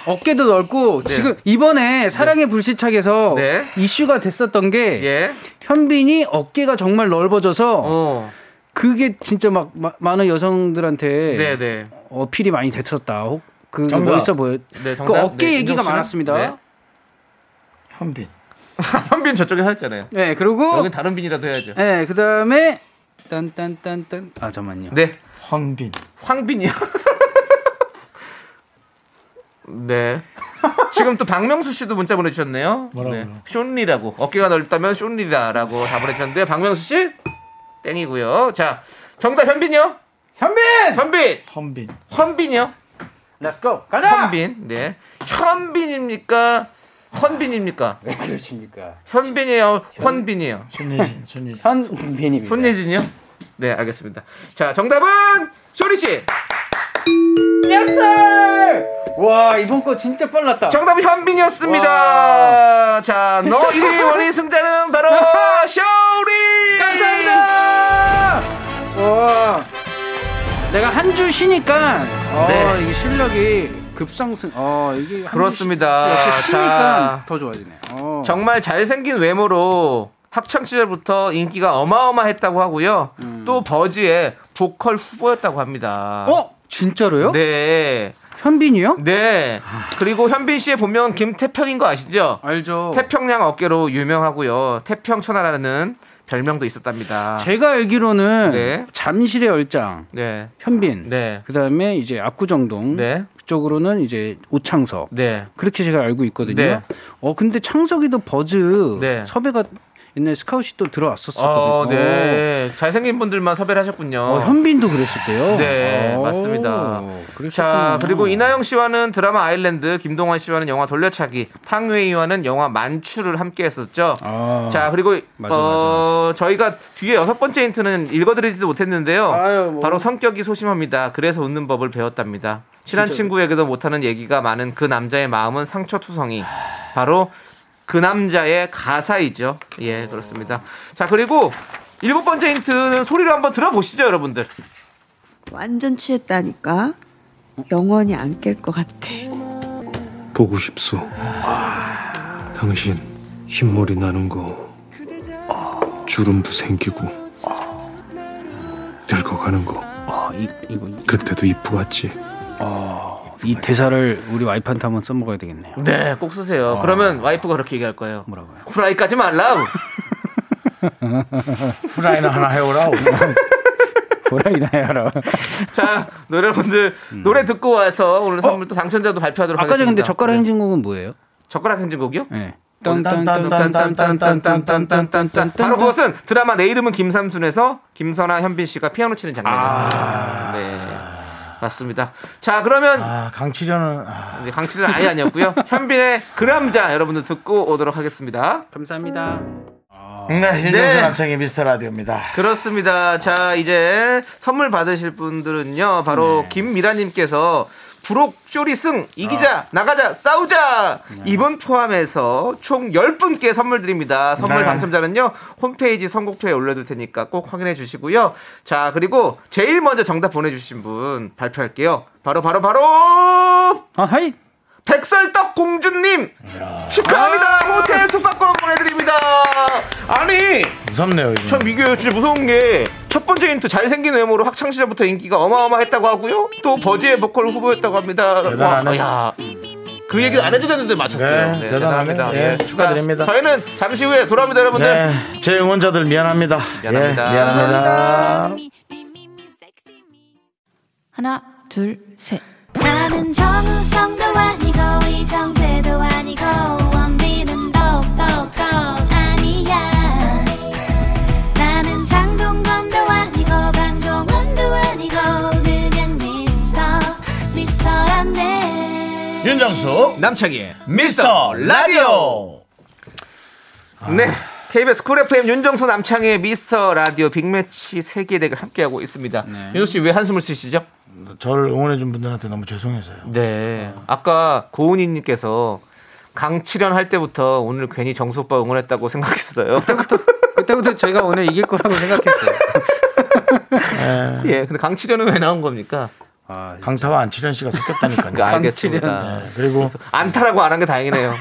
Speaker 9: 어깨도 넓고
Speaker 3: 네.
Speaker 9: 지금 이번에 사랑의 불시착에서
Speaker 3: 네.
Speaker 9: 이슈가 됐었던 게
Speaker 3: 예.
Speaker 9: 현빈이 어깨가 정말 넓어져서
Speaker 3: 어.
Speaker 9: 그게 진짜 막 마- 많은 여성들한테
Speaker 3: 네, 네.
Speaker 9: 어필이 많이 됐었다. 혹- 그
Speaker 2: 정답.
Speaker 9: 멋있어 보여.
Speaker 3: 네, 정답.
Speaker 9: 그 어깨
Speaker 3: 네,
Speaker 9: 얘기가
Speaker 3: 윤정 씨는?
Speaker 9: 많았습니다.
Speaker 3: 네.
Speaker 9: 네.
Speaker 4: 현빈.
Speaker 3: 아, 현빈 저쪽에 살잖아요.
Speaker 9: 네, 그리고
Speaker 3: 여기 다른 빈이라도 해야죠.
Speaker 9: 네, 그다음에 딴딴딴딴 아 잠만요.
Speaker 3: 네.
Speaker 4: 황빈.
Speaker 3: 황빈이요. 네. 지금 또 박명수 씨도 문자 보내주셨네요.
Speaker 2: 뭐라고요?
Speaker 3: 쇼리라고 어깨가 넓다면 쇼리다라고 다 보내주셨는데 박명수 씨 땡이고요. 자 정답 현빈이요. 현빈. 현빈.
Speaker 4: 헌빈.
Speaker 3: 헌빈이요.
Speaker 9: 렛츠 고. 가자.
Speaker 3: 헌빈. 네. 현빈입니까? 헌빈입니까?
Speaker 9: 왜 그러십니까?
Speaker 3: 현빈이요. 헌빈이요.
Speaker 4: 손예진. 손예진.
Speaker 9: 현빈입니다.
Speaker 3: 손예진이요? 네, 알겠습니다. 자, 정답은 쇼리 씨.
Speaker 9: 와, 이번 거 진짜 빨랐다.
Speaker 3: 정답은 현빈이었습니다. 자, 너 1위 원인 승자는 바로 쇼리.
Speaker 9: 감사합니다. 와. 어. 내가 한 주 쉬니까 어,
Speaker 3: 네.
Speaker 9: 이게 실력이 급상승. 어, 이게 한주 쉬-
Speaker 3: 그렇습니다.
Speaker 9: 역시
Speaker 3: 자.
Speaker 9: 쉬니까 더 좋아지네. 어.
Speaker 3: 정말 잘생긴 외모로 학창 시절부터 인기가 어마어마했다고 하고요. 또 버즈의 보컬 후보였다고 합니다.
Speaker 9: 음. 어? 진짜로요?
Speaker 3: 네.
Speaker 9: 현빈이요?
Speaker 3: 네. 그리고 현빈 씨의 본명은 김태평인 거 아시죠?
Speaker 9: 알죠.
Speaker 3: 태평양 어깨로 유명하고요. 태평천하라는 별명도 있었답니다.
Speaker 9: 제가 알기로는
Speaker 3: 네.
Speaker 9: 잠실의 열장,
Speaker 3: 네.
Speaker 9: 현빈.
Speaker 3: 네.
Speaker 9: 그다음에 이제 압구정동
Speaker 3: 네.
Speaker 9: 쪽으로는 이제 오창석.
Speaker 3: 네.
Speaker 9: 그렇게 제가 알고 있거든요.
Speaker 3: 네.
Speaker 9: 어 근데 창석이도 버즈
Speaker 3: 네.
Speaker 9: 섭외가 옛날 스카웃이 또 들어왔었거든요.
Speaker 3: 어, 네. 잘생긴 분들만 섭외를 하셨군요.
Speaker 9: 어, 현빈도 그랬었대요.
Speaker 3: 네,
Speaker 9: 오,
Speaker 3: 맞습니다.
Speaker 9: 그러셨구나.
Speaker 3: 자, 그리고 이나영 씨와는 드라마 아일랜드, 김동완 씨와는 영화 돌려차기, 탕웨이와는 영화 만추를 함께 했었죠.
Speaker 9: 아.
Speaker 3: 자, 그리고
Speaker 9: 맞아,
Speaker 3: 어, 저희가 뒤에 여섯 번째 힌트는 읽어드리지도 못했는데요.
Speaker 9: 아유, 뭐.
Speaker 3: 바로 성격이 소심합니다. 그래서 웃는 법을 배웠답니다. 친한 친구에게도 못하는 얘기가 많은 그 남자의 마음은 상처투성이. 바로 그 남자의 가사이죠. 예, 그렇습니다. 자, 그리고 일곱 번째 힌트는 소리로 한번 들어보시죠, 여러분들.
Speaker 10: 완전 취했다니까 영원히 안 깰 것 같아
Speaker 11: 보고 싶소. 당신 흰머리 나는 거, 주름도 생기고, 늙어가는 거.
Speaker 9: 아, 이, 이거, 이-
Speaker 11: 그때도 이쁘았지.
Speaker 9: 이 대사를 우리 와이프한테 한번 써먹어야 되겠네요.
Speaker 3: 네, 꼭 쓰세요. 그러면 와이프가 그렇게 얘기할 거예요.
Speaker 9: 뭐라고요?
Speaker 3: 후라이까지 말라.
Speaker 2: 후라이나 하나 해오라고.
Speaker 9: 보라이나 해라.
Speaker 3: 자, 노래 여러분들 노래 듣고 와서 오늘 선물 또 당첨자도 발표하도록
Speaker 9: 아까 전에
Speaker 3: 하겠습니다.
Speaker 9: 근데 젓가락
Speaker 3: 네.
Speaker 9: 행진곡은 뭐예요?
Speaker 3: 젓가락 행진곡이요?
Speaker 9: 네.
Speaker 3: 딴딴딴딴딴딴딴딴딴딴딴 바로 그것은 드라마 내 이름은 김삼순에서 김선아 현빈 씨가 피아노 치는 장면이었습니다. 네. 맞습니다. 자, 그러면
Speaker 2: 아 강치려는 아,
Speaker 3: 이제 강치는 아예 아니었고요. 현빈의 그람자 여러분들 듣고 오도록 하겠습니다.
Speaker 9: 감사합니다.
Speaker 2: 윤정수 남창의 미스터 라디오입니다.
Speaker 3: 그렇습니다. 자, 이제 선물 받으실 분들은요. 바로 김미라 님께서 부록 쇼리승 이기자 나가자 싸우자 이분 포함해서 총 10분께 선물 드립니다. 선물
Speaker 2: 네.
Speaker 3: 당첨자는요. 홈페이지 선곡표에 올려둘 테니까 꼭 확인해 주시고요. 자, 그리고 제일 먼저 정답 보내주신 분 발표할게요. 바로 바로 바로
Speaker 9: 아, 하이!
Speaker 3: 백설떡 공주님 축하합니다. 호텔 숙박권 보내드립니다. 아니
Speaker 2: 무섭네요. 이거.
Speaker 3: 참 이게 진짜 무서운 게 첫 번째 힌트 잘생긴 외모로 학창 시절부터 인기가 어마어마했다고 하고요. 또 버지의 보컬 후보였다고 합니다.
Speaker 2: 대단하네.
Speaker 3: 와, 야. 그 얘기를 안 해도 되는데 맞췄어요.
Speaker 2: 네, 대단하네. 예, 축하드립니다.
Speaker 3: 자, 저희는 잠시 후에 돌아옵니다, 여러분들.
Speaker 2: 네, 제 응원자들 미안합니다.
Speaker 3: 미안합니다.
Speaker 2: 예, 미안합니다.
Speaker 10: 하나 둘셋
Speaker 6: 나는 정우성도 아니고 이정재도 아니고 원빈은 더욱더 아니야 나는 장동건도 아니고 강동원도 아니고 그냥 미스터 미스터란데
Speaker 2: 네.
Speaker 4: 윤정수 남창희 미스터 라디오.
Speaker 2: 아.
Speaker 3: 네. KBS 쿨 FM 윤정수 남창의 미스터 라디오 빅매치 세계 대결 함께하고 있습니다.
Speaker 2: 네.
Speaker 3: 윤수 씨 왜 한숨을 쉬시죠?
Speaker 2: 저를 응원해준 분들한테 너무 죄송해서요.
Speaker 3: 네. 아까 고은희님께서 강치련 할 때부터 오늘 괜히 정수 오빠 응원했다고 생각했어요.
Speaker 9: 그때부터 제가 오늘 이길 거라고 생각했어요.
Speaker 3: 예, 근데 강치련은 왜 나온 겁니까?
Speaker 2: 강타와 안치련 씨가 섞였다니까요.
Speaker 3: 그러니까 알겠습니다.
Speaker 2: 네, 그리고
Speaker 3: 안타라고 안 한 게 다행이네요.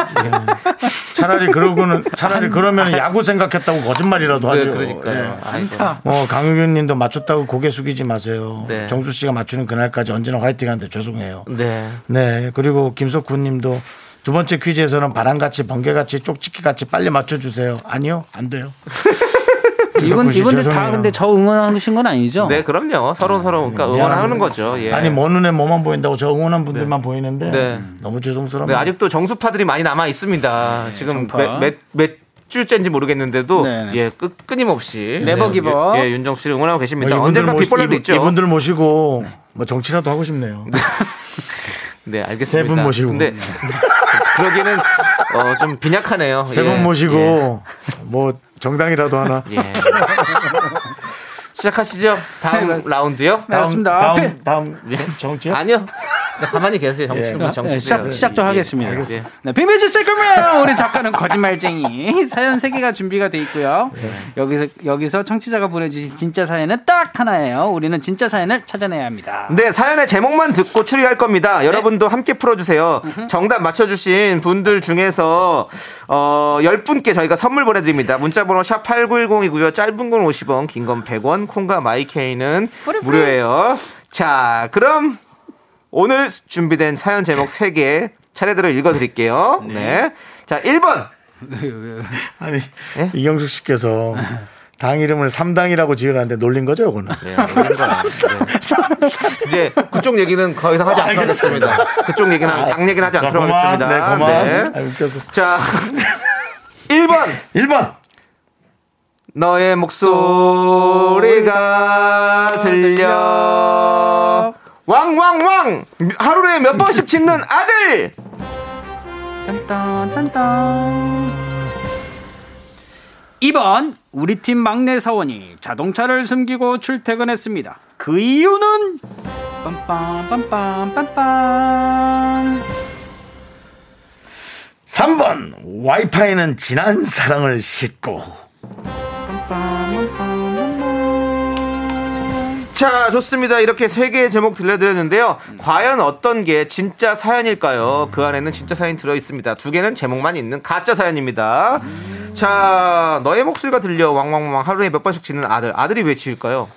Speaker 2: 차라리 그러고는 차라리 그러면 야구 생각했다고 거짓말이라도
Speaker 3: 네,
Speaker 2: 하죠. 예.
Speaker 3: 그러니까요. 아이고.
Speaker 2: 뭐 강유균 님도 맞췄다고 고개 숙이지 마세요.
Speaker 3: 네.
Speaker 2: 정수 씨가 맞추는 그날까지 언제나 화이팅한데 죄송해요.
Speaker 3: 네.
Speaker 2: 네. 그리고 김석구 님도 두 번째 퀴즈에서는 바람같이 번개같이 쪽집기같이 빨리 맞춰주세요. 아니요. 안 돼요.
Speaker 9: 이분
Speaker 2: 씨,
Speaker 9: 이분들 다
Speaker 2: 죄송해요.
Speaker 9: 근데 저 응원하신 건 아니죠?
Speaker 3: 네, 그럼요. 서로 서로 그러니까 응원하는 거죠. 예.
Speaker 2: 아니 뭐 눈에 뭐만 보인다고 저 응원한 분들만 보이는데
Speaker 3: 네.
Speaker 2: 너무 죄송스럽네요.
Speaker 3: 네, 아직도 정수파들이 많이 남아 있습니다. 지금
Speaker 9: 음. 네, 정파.
Speaker 3: 몇, 몇, 몇 주째인지 모르겠는데도
Speaker 9: 네, 네.
Speaker 3: 예, 끊, 끊임없이
Speaker 9: 네버
Speaker 3: 예,
Speaker 9: 기버.
Speaker 3: 예, 윤정수 씨를 응원하고
Speaker 2: 뭐
Speaker 3: 계십니다. 언젠가
Speaker 2: 모시-
Speaker 3: 뒷볼라도
Speaker 2: 이분-
Speaker 3: 있죠.
Speaker 2: 이분들 모시고 뭐 정치라도 하고 싶네요.
Speaker 3: 네, 알겠습니다.
Speaker 2: 세분 모시고.
Speaker 3: 근데 그러기는 어, 좀 빈약하네요.
Speaker 2: 세 분
Speaker 3: 예,
Speaker 2: 모시고 뭐 정당이라도 하나.
Speaker 3: 예, 예. 시작하시죠. 다음 라운드요.
Speaker 9: 네, 맞습니다.
Speaker 2: 다음
Speaker 9: 앞에-
Speaker 2: 다음, 예? 정치요?
Speaker 3: 아니요. 가만히 계세요. 정치 분 정치.
Speaker 9: 네, 시작 시작 좀 하겠습니다.
Speaker 3: 예.
Speaker 9: 네, 비밀지 세금이에요. 우리 작가는 거짓말쟁이. 사연 세 개가 준비가 돼 있고요.
Speaker 3: 네.
Speaker 9: 여기서 여기서 청취자가 보내주신 진짜 사연은 딱 하나예요. 우리는 진짜 사연을 찾아내야 합니다.
Speaker 3: 네, 사연의 제목만 듣고 추리할 겁니다. 여러분도 함께 풀어주세요. 정답 맞춰주신 분들 중에서, 어, 10분께 저희가 선물 보내드립니다. 문자번호 샵8910이고요. 짧은 건 50원, 긴 건 100원, 콩과 마이케이는 무료예요. 자, 그럼 오늘 준비된 사연 제목 3개 차례대로 읽어드릴게요. 네. 자, 1번.
Speaker 2: 아니 이경숙 씨께서 당 이름을 삼당이라고 지으라는데 놀린 거죠, 이거는.
Speaker 3: 네, 올린 거예요. 네. 이제 그쪽 얘기는 더 이상 하지 않도록 하겠습니다. 아, 그쪽 얘기는, 당 얘기는 하지 않도록
Speaker 2: 고마워.
Speaker 3: 하겠습니다.
Speaker 2: 네, 고마워. 아, 웃겨서.
Speaker 3: 자, 1번.
Speaker 2: 1번.
Speaker 3: 너의 목소리가 들려. 왕왕왕! 하루에 몇 번씩 짖는 아들!
Speaker 9: 딴딴 딴딴. 2번 우리 팀 막내 사원이 자동차를 숨기고 출퇴근했습니다. 그 이유는 빰빰빰빰빰빰
Speaker 2: 3번. 와이파이는 진한 사랑을 싣고.
Speaker 3: 자, 좋습니다. 이렇게 세 개의 제목 들려드렸는데요. 과연 어떤 게 진짜 사연일까요? 그 안에는 진짜 사연 들어있습니다. 두 개는 제목만 있는 가짜 사연입니다. 자, 너의 목소리가 들려. 왕왕왕. 하루에 몇 번씩 짖는 아들. 아들이 왜 짖을까요?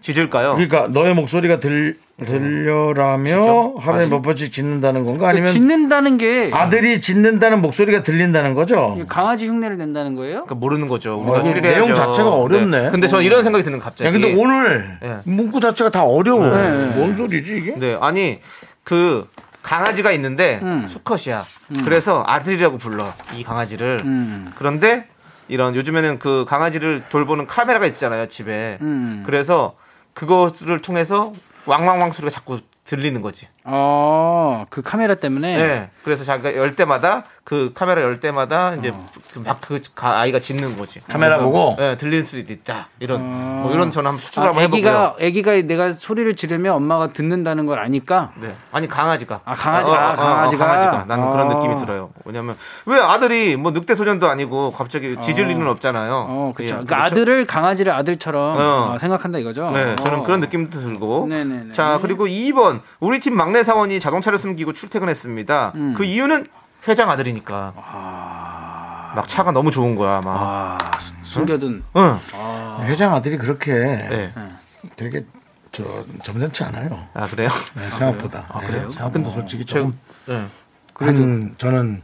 Speaker 3: 짖을까요?
Speaker 2: 그러니까 너의 목소리가 들 들려라며 하루에 몇 번씩 짖는다는 건가 아니면
Speaker 9: 짖는다는 게
Speaker 2: 아들이 짖는다는 목소리가 들린다는 거죠?
Speaker 9: 강아지 흉내를 낸다는 거예요?
Speaker 3: 그러니까 모르는 거죠. 우리가
Speaker 2: 어,
Speaker 3: 추리해야죠.
Speaker 2: 내용 자체가 어렵네.
Speaker 3: 네. 근데 저는 이런 생각이 드는 거, 갑자기.
Speaker 2: 야, 근데 오늘
Speaker 3: 예.
Speaker 2: 문구 자체가 다 어려워. 뭔 소리지 이게?
Speaker 3: 네, 아니 그 강아지가 있는데
Speaker 9: 음.
Speaker 3: 수컷이야. 그래서 아들이라고 불러 이 강아지를.
Speaker 9: 음.
Speaker 3: 그런데 이런 요즘에는 그 강아지를 돌보는 카메라가 있잖아요 집에.
Speaker 9: 음.
Speaker 3: 그래서 그것을 통해서 왕왕왕 소리가 자꾸 들리는 거지.
Speaker 9: 어, 그 카메라 때문에.
Speaker 3: 네. 그래서 자기가 열 때마다 그 카메라 열 때마다 이제
Speaker 9: 어.
Speaker 3: 막 그 아이가 짖는 거지.
Speaker 2: 카메라
Speaker 3: 그래서,
Speaker 2: 보고?
Speaker 3: 네, 들릴 수도 있다. 이런 뭐 이런 저는 한번 수출을
Speaker 9: 아,
Speaker 3: 한번 해보고요.
Speaker 9: 애기가 애기가 내가 소리를 지르면 엄마가 듣는다는 걸 아니까.
Speaker 3: 네. 아니 강아지가. 어,
Speaker 9: 아, 강아지가, 강아지가.
Speaker 3: 강아지가. 나는 그런
Speaker 9: 어.
Speaker 3: 느낌이 들어요. 왜냐면 왜 아들이 뭐 늑대 소년도 아니고 갑자기 짖을 일은 없잖아요.
Speaker 9: 어, 그렇죠.
Speaker 3: 예,
Speaker 9: 그러니까 아들을 강아지를 아들처럼
Speaker 3: 어.
Speaker 9: 어, 생각한다 이거죠.
Speaker 3: 네,
Speaker 9: 어.
Speaker 3: 저는 그런 느낌도 들고.
Speaker 9: 네네네.
Speaker 3: 자, 그리고 2번. 우리 팀 막내 사원이 자동차를 숨기고 출퇴근했습니다.
Speaker 9: 음.
Speaker 3: 그 이유는 회장 아들이니까. 막 차가 너무 좋은 거야, 막.
Speaker 9: 아, 수- 숨겨둔
Speaker 3: 응.
Speaker 2: 회장 아들이 그렇게
Speaker 3: 네.
Speaker 2: 되게 저 점잖지 않아요.
Speaker 3: 아, 그래요?
Speaker 2: 네, 생각보다. 네, 생각보다 솔직히 조금
Speaker 3: 네.
Speaker 2: 한 저는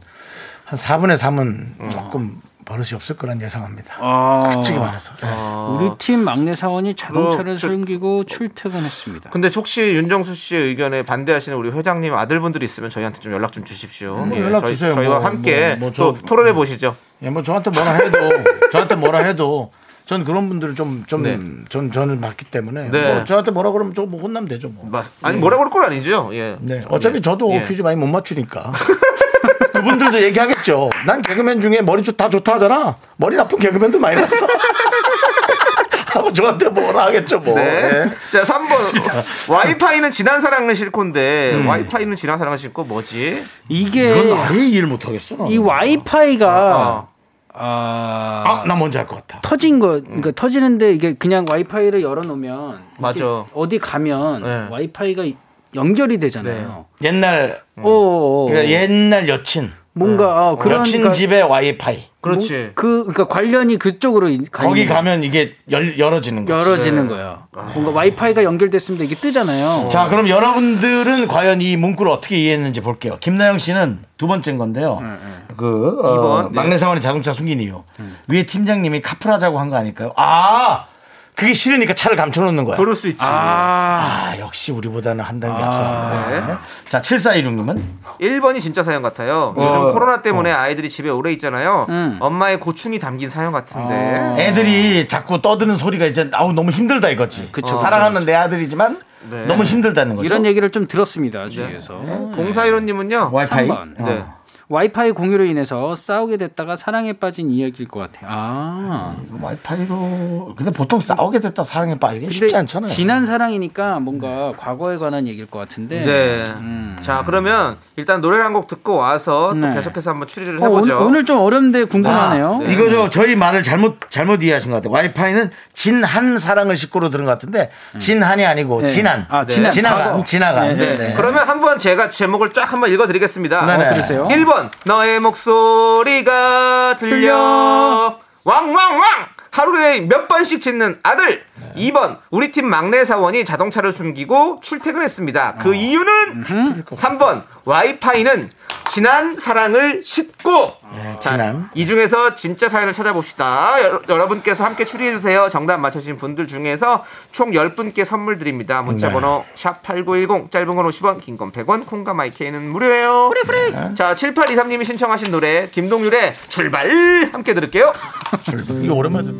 Speaker 2: 한 4분의 3은
Speaker 3: 음.
Speaker 2: 조금 버릇이 없을 거란 예상합니다.
Speaker 3: 아.
Speaker 2: 솔직히 말해서. 네.
Speaker 9: 우리 팀 막내 사원이 자동차를
Speaker 3: 어, 저- 그
Speaker 9: 숨기고 출퇴근했습니다.
Speaker 3: 근데 혹시 윤정수 씨의 의견에 반대하시는 우리 회장님 아들분들이 있으면 저희한테 좀 연락 좀 주십시오. 예,
Speaker 2: 뭐 연락 주세요.
Speaker 3: 저희, 와
Speaker 2: 뭐,
Speaker 3: 함께
Speaker 2: 뭐, 뭐 저-
Speaker 3: 또 토론해 보시죠.
Speaker 2: 예, 뭐 저한테 뭐라 해도 저한테 뭐라 해도 전 그런 분들을 좀 좀
Speaker 3: 네.
Speaker 2: 전 저는 봤기 때문에
Speaker 3: 네.
Speaker 2: 뭐 저한테 뭐라 그러면 저뭐 혼남 되죠 뭐.
Speaker 3: 맞- 아니 뭐라고 그럴 건 아니죠. 예.
Speaker 2: 네.
Speaker 3: 저-
Speaker 2: 어차피
Speaker 3: 예.
Speaker 2: 저도
Speaker 3: 예.
Speaker 2: 퀴즈 많이 못 맞추니까. 그분들도 얘기하겠죠. 난 개그맨 중에 머리 좋, 다 좋다 하잖아. 머리 나쁜 개그맨도 많이 났어. 하고 저한테 뭐라 하겠죠, 뭐.
Speaker 3: 네.
Speaker 2: 예.
Speaker 3: 자, 3번. 와이파이는 지난 사랑을 싫고인데 와이파이는 지난 사랑을 싫고 뭐지?
Speaker 9: 이게
Speaker 2: 아예 이해를 못 하겠어.
Speaker 9: 이
Speaker 3: 아, 음.
Speaker 9: 와이파이가
Speaker 2: 아, 나 뭔지 알 것 같아.
Speaker 9: 터진 거 그러니까 터지는데 이게 그냥 와이파이를 열어 놓으면
Speaker 3: 맞아.
Speaker 9: 어디 가면
Speaker 3: 네.
Speaker 9: 와이파이가 이- 연결이 되잖아요.
Speaker 2: 옛날
Speaker 3: 네. 음.
Speaker 9: 오, 오, 오.
Speaker 2: 그러니까 옛날 여친
Speaker 9: 뭔가 어, 그런
Speaker 2: 여친
Speaker 9: 그러니까
Speaker 2: 집에 와이파이
Speaker 3: 그렇지.
Speaker 9: 그 그러니까 관련이 그쪽으로 이- 가
Speaker 2: 거기
Speaker 9: 있는
Speaker 2: 가면 이게 열, 열어지는
Speaker 9: 거예요.
Speaker 2: 거죠.
Speaker 9: 열어지는
Speaker 3: 네.
Speaker 9: 거예요.
Speaker 3: 아.
Speaker 9: 뭔가 와이파이가 연결됐습니다. 이게 뜨잖아요.
Speaker 2: 자, 그럼 여러분들은 과연 이 문구를 어떻게 이해했는지 볼게요. 김나영 씨는 두 번째인
Speaker 9: 음,
Speaker 2: 건데요. 그 어,
Speaker 3: 이번, 네.
Speaker 2: 막내 사원이 자동차 숨긴 이유.
Speaker 9: 음.
Speaker 2: 위에 팀장님이 카풀하자고 한 거 아닐까요? 아, 그게 싫으니까 차를 감춰놓는 거야.
Speaker 3: 그럴 수 있지.
Speaker 2: 아, 역시 우리보다는 한
Speaker 9: 아,
Speaker 2: 단계 앞서갑니다.
Speaker 3: 네.
Speaker 2: 자, 7416님은
Speaker 9: 어.
Speaker 3: 1번이 진짜 사연 같아요. 요즘 코로나 때문에 아이들이 집에 오래 있잖아요. 엄마의 고충이 담긴 사연 같은데.
Speaker 2: 아. 애들이 자꾸 떠드는 소리가 이제 아우 너무 힘들다 이거지. 어,
Speaker 9: 그쵸,
Speaker 2: 사랑하는 내 아들이지만
Speaker 3: 네.
Speaker 2: 너무 힘들다는 거죠.
Speaker 9: 이런 얘기를 좀 들었습니다. 주위에서. 어,
Speaker 3: 공사이론님은요.
Speaker 2: 와이파이.
Speaker 9: 3번.
Speaker 2: 어.
Speaker 3: 네.
Speaker 9: 와이파이 공유로 인해서 싸우게 됐다가 사랑에 빠진 이야기일 것 같아요. 아.
Speaker 2: 와이파이로 근데 보통 싸우게 됐다 사랑에 빠지기
Speaker 9: 근데
Speaker 2: 쉽지 않잖아요.
Speaker 9: 지난 사랑이니까 뭔가 과거에 관한 얘기일 것 같은데.
Speaker 3: 네. 자 그러면 일단 노래를 한 곡 듣고 와서 또
Speaker 9: 네.
Speaker 3: 계속해서 한번 추리를
Speaker 9: 어, 오늘,
Speaker 3: 해보죠. 아,
Speaker 9: 오늘 좀 어렵는데 궁금하네요.
Speaker 2: 아, 이거 저 저희 말을 잘못 잘못 이해하신 것 같아요. 와이파이는 진한 사랑을 식구로 들은 것 같은데 진한이 아니고 진한.
Speaker 9: 아, 진한.
Speaker 2: 지나간
Speaker 9: 과거.
Speaker 2: 지나간.
Speaker 9: 네,
Speaker 2: 네,
Speaker 9: 네.
Speaker 2: 네.
Speaker 3: 그러면 한번 제가 제목을 쫙 한번 읽어드리겠습니다.
Speaker 2: 네네.
Speaker 9: 어, 그러세요?
Speaker 3: 1번 너의 목소리가 들려 왕왕왕 하루에 몇 번씩 짖는 아들 2번 우리 팀 막내 사원이 자동차를 숨기고 출퇴근했습니다
Speaker 9: 어.
Speaker 3: 그 이유는 3번 와이파이는 진한 사랑을 싣고 자,
Speaker 2: 진한.
Speaker 3: 이 중에서 진짜 사연을 찾아봅시다 여, 여러분께서 함께 추리해주세요 정답 맞춰주신 분들 중에서 총 10분께 선물 드립니다 문자번호 샵8910 짧은 건 50원 긴 건 100원 콩과 마이케이는 무료예요 자, 7823님이 신청하신 노래 김동률의 출발 함께 들을게요.
Speaker 2: 이거 오랜만에. 듣-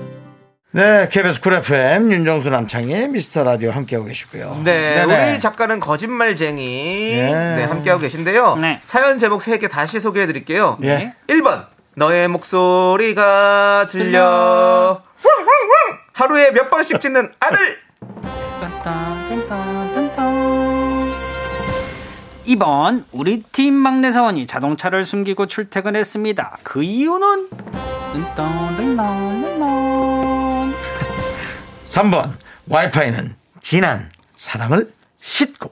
Speaker 2: 네, KBS 쿨 FM 윤정수 남창희 미스터 라디오 함께하고 계시고요.
Speaker 3: 네,
Speaker 2: 네네.
Speaker 3: 우리 작가는 거짓말쟁이
Speaker 2: 예.
Speaker 3: 네, 함께하고 계신데요.
Speaker 9: 네.
Speaker 3: 사연 제목 3개 다시 소개해 드릴게요.
Speaker 2: 예.
Speaker 3: 1번 너의 목소리가 들려 왕왕왕! 하루에 몇 번씩 짖는 아들
Speaker 9: 이번 우리 팀 막내 사원이 자동차를 숨기고 출퇴근했습니다. 그 이유는 뚠뚠뚠뚠뚠뚠.
Speaker 2: 3번 와이파이는 진한 사랑을 싣고.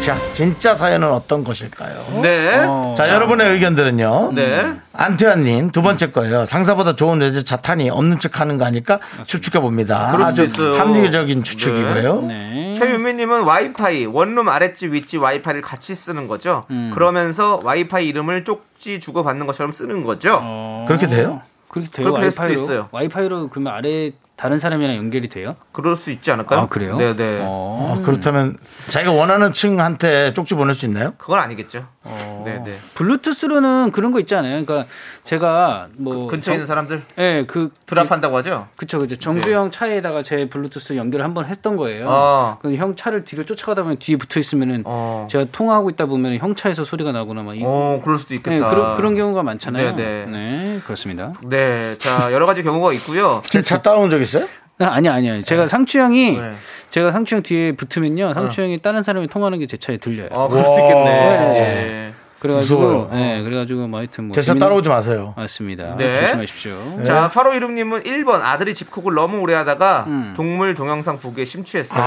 Speaker 2: 자, 진짜 사연은 어떤 것일까요?
Speaker 3: 네.
Speaker 2: 자, 여러분의 의견들은요.
Speaker 3: 네.
Speaker 2: 안태환님 두 번째 거예요. 상사보다 좋은 여자 타니 없는 척하는 거 아닐까 추측해 봅니다.
Speaker 3: 그럴 수도
Speaker 2: 아주
Speaker 3: 있어요.
Speaker 2: 합리적인 추측이고요.
Speaker 9: 네.
Speaker 3: 최유미님은 와이파이 원룸 아랫집 윗집 와이파이를 같이 쓰는 거죠.
Speaker 9: 음.
Speaker 3: 그러면서 와이파이 이름을 쪽지 주고 받는 것처럼 쓰는 거죠.
Speaker 9: 어.
Speaker 2: 그렇게 돼요?
Speaker 9: 그렇게 돼요?
Speaker 3: 그렇게 될 수도
Speaker 9: 와이파이로?
Speaker 3: 있어요.
Speaker 9: 와이파이로 그러면 아래 다른 사람이랑 연결이 돼요?
Speaker 3: 그럴 수 있지 않을까요?
Speaker 9: 아, 그래요?
Speaker 3: 네네.
Speaker 2: 아, 그렇다면 자기가 원하는 층한테 쪽지 보낼 수 있나요?
Speaker 3: 그건 아니겠죠.
Speaker 9: 어.
Speaker 3: 네네.
Speaker 9: 블루투스로는 그런 거 있잖아요. 그러니까 제가 뭐
Speaker 3: 그 근처에 있는 사람들
Speaker 9: 정- 예, 그
Speaker 3: 드랍한다고 하죠.
Speaker 9: 그쵸 그쵸 정수형 차에다가 제 블루투스 연결을 한번 했던 거예요.
Speaker 3: 아.
Speaker 9: 근데 형 차를 뒤로 쫓아가다 보면 뒤에 붙어 있으면은
Speaker 3: 어.
Speaker 9: 제가 통화하고 있다 보면 형 차에서 소리가 나거나 막 이,
Speaker 3: 어, 그럴 수도
Speaker 9: 네,
Speaker 3: 있겠다.
Speaker 9: 그런 그런 경우가 많잖아요.
Speaker 3: 네, 네.
Speaker 9: 네, 그렇습니다.
Speaker 3: 네, 자 여러 가지 경우가 있고요.
Speaker 2: 제차 따온 적 있어요?
Speaker 9: 아, 아니 아니요. 제가 상추 형이
Speaker 3: 네. 어.
Speaker 9: 제가 상추 형 뒤에 붙으면요. 상추 형이 다른 사람이 통하는 게 제 차에 들려요.
Speaker 3: 아, 그럴 수 있겠네. 예.
Speaker 9: 그래가지고
Speaker 2: 무서워요.
Speaker 3: 어.
Speaker 9: 네, 그래가지고 뭐 하여튼 뭐
Speaker 2: 제 차
Speaker 9: 재밌는-
Speaker 2: 따라오지 마세요.
Speaker 9: 맞습니다.
Speaker 3: 네.
Speaker 9: 조심하십시오.
Speaker 3: 예. 자, 8호 이름님은 1번 아들이 집콕을 너무 오래 하다가
Speaker 9: 음.
Speaker 3: 동물 동영상 보기에 심취했어요.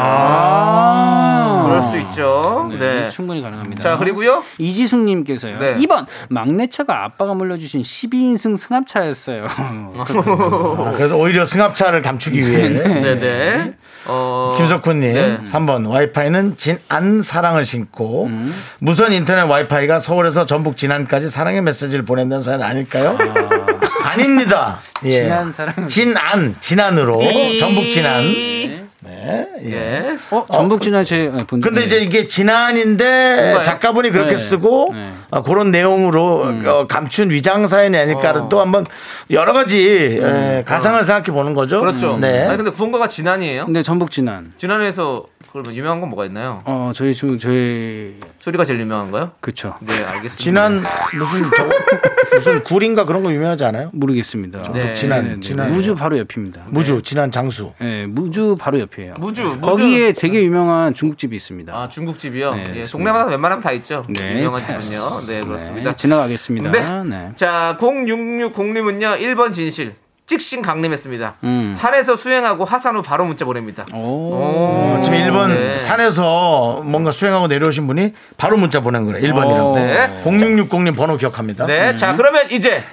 Speaker 9: 아.
Speaker 3: 그럴 수 있죠. 네.
Speaker 9: 충분히 가능합니다.
Speaker 3: 자, 그리고요.
Speaker 9: 이지숙님께서요.
Speaker 3: 네.
Speaker 9: 2번 막내차가 아빠가 물려주신 12인승 승합차였어요.
Speaker 3: 음.
Speaker 2: 아, 그래서 오히려 승합차를 감추기 위해.
Speaker 3: 어. 네네. 어,
Speaker 2: 김석훈님
Speaker 3: 네.
Speaker 2: 3번 와이파이는 진안 사랑을 신고
Speaker 3: 음.
Speaker 2: 무선 인터넷 와이파이가 서울에서 전북 진안까지 사랑의 메시지를 보낸다는 사연 아닐까요? 아... 닙니다 예.
Speaker 9: 진안 사랑을-
Speaker 2: 진안 진안으로 전북 진안. 네. 예.
Speaker 3: 예.
Speaker 9: 어, 전북 진화 제 네, 분.
Speaker 2: 근데 이제 이게 진안인데 작가분이 그렇게
Speaker 9: 네.
Speaker 2: 쓰고
Speaker 9: 네.
Speaker 2: 아, 그런 내용으로
Speaker 3: 음.
Speaker 2: 어, 감춘 위장 사연이 아닐까
Speaker 3: 어.
Speaker 2: 또 한번 여러 가지 예, 가상을 생각해 보는 거죠.
Speaker 3: 음. 그렇죠.
Speaker 2: 네.
Speaker 3: 아니 근데 본가가 진안이에요.
Speaker 9: 근데 네, 전북 진안.
Speaker 3: 진안에서 그러면 유명한 건 뭐가 있나요?
Speaker 9: 어, 저희 지금 저희
Speaker 3: 소리가 제일 유명한가요?
Speaker 9: 그쵸.
Speaker 3: 네, 알겠습니다.
Speaker 2: 진안 무슨 저거 무슨 굴인가 그런 거 유명하지 않아요?
Speaker 9: 모르겠습니다.
Speaker 3: 네.
Speaker 2: 진안
Speaker 9: 네, 네.
Speaker 2: 진안
Speaker 9: 무주 바로 옆입니다.
Speaker 2: 무주 진안 장수
Speaker 9: 네, 무주 바로 옆이에요.
Speaker 3: 무주, 무주.
Speaker 9: 거기에 되게 유명한 중국집이 있습니다.
Speaker 3: 아 중국집이요.
Speaker 9: 네,
Speaker 3: 예,
Speaker 9: 그렇습니다.
Speaker 3: 동네마다 웬만하면 다 있죠.
Speaker 9: 네,
Speaker 3: 유명한
Speaker 9: 패스.
Speaker 3: 집은요. 네, 그렇습니다.
Speaker 9: 네, 지나가겠습니다.
Speaker 3: 네.
Speaker 9: 네.
Speaker 3: 자, 0660님은요. 1번 진실, 직신 강림했습니다. 산에서 수행하고 하산 후 바로 문자 보냅니다.
Speaker 2: 어, 지금 1번
Speaker 3: 네.
Speaker 2: 산에서 뭔가 수행하고 내려오신 분이 바로 문자 보낸 거래. 1번이랑.
Speaker 3: 오.
Speaker 2: 네. 0660님 번호 기억합니다.
Speaker 3: 어. 네, 자 그러면 이제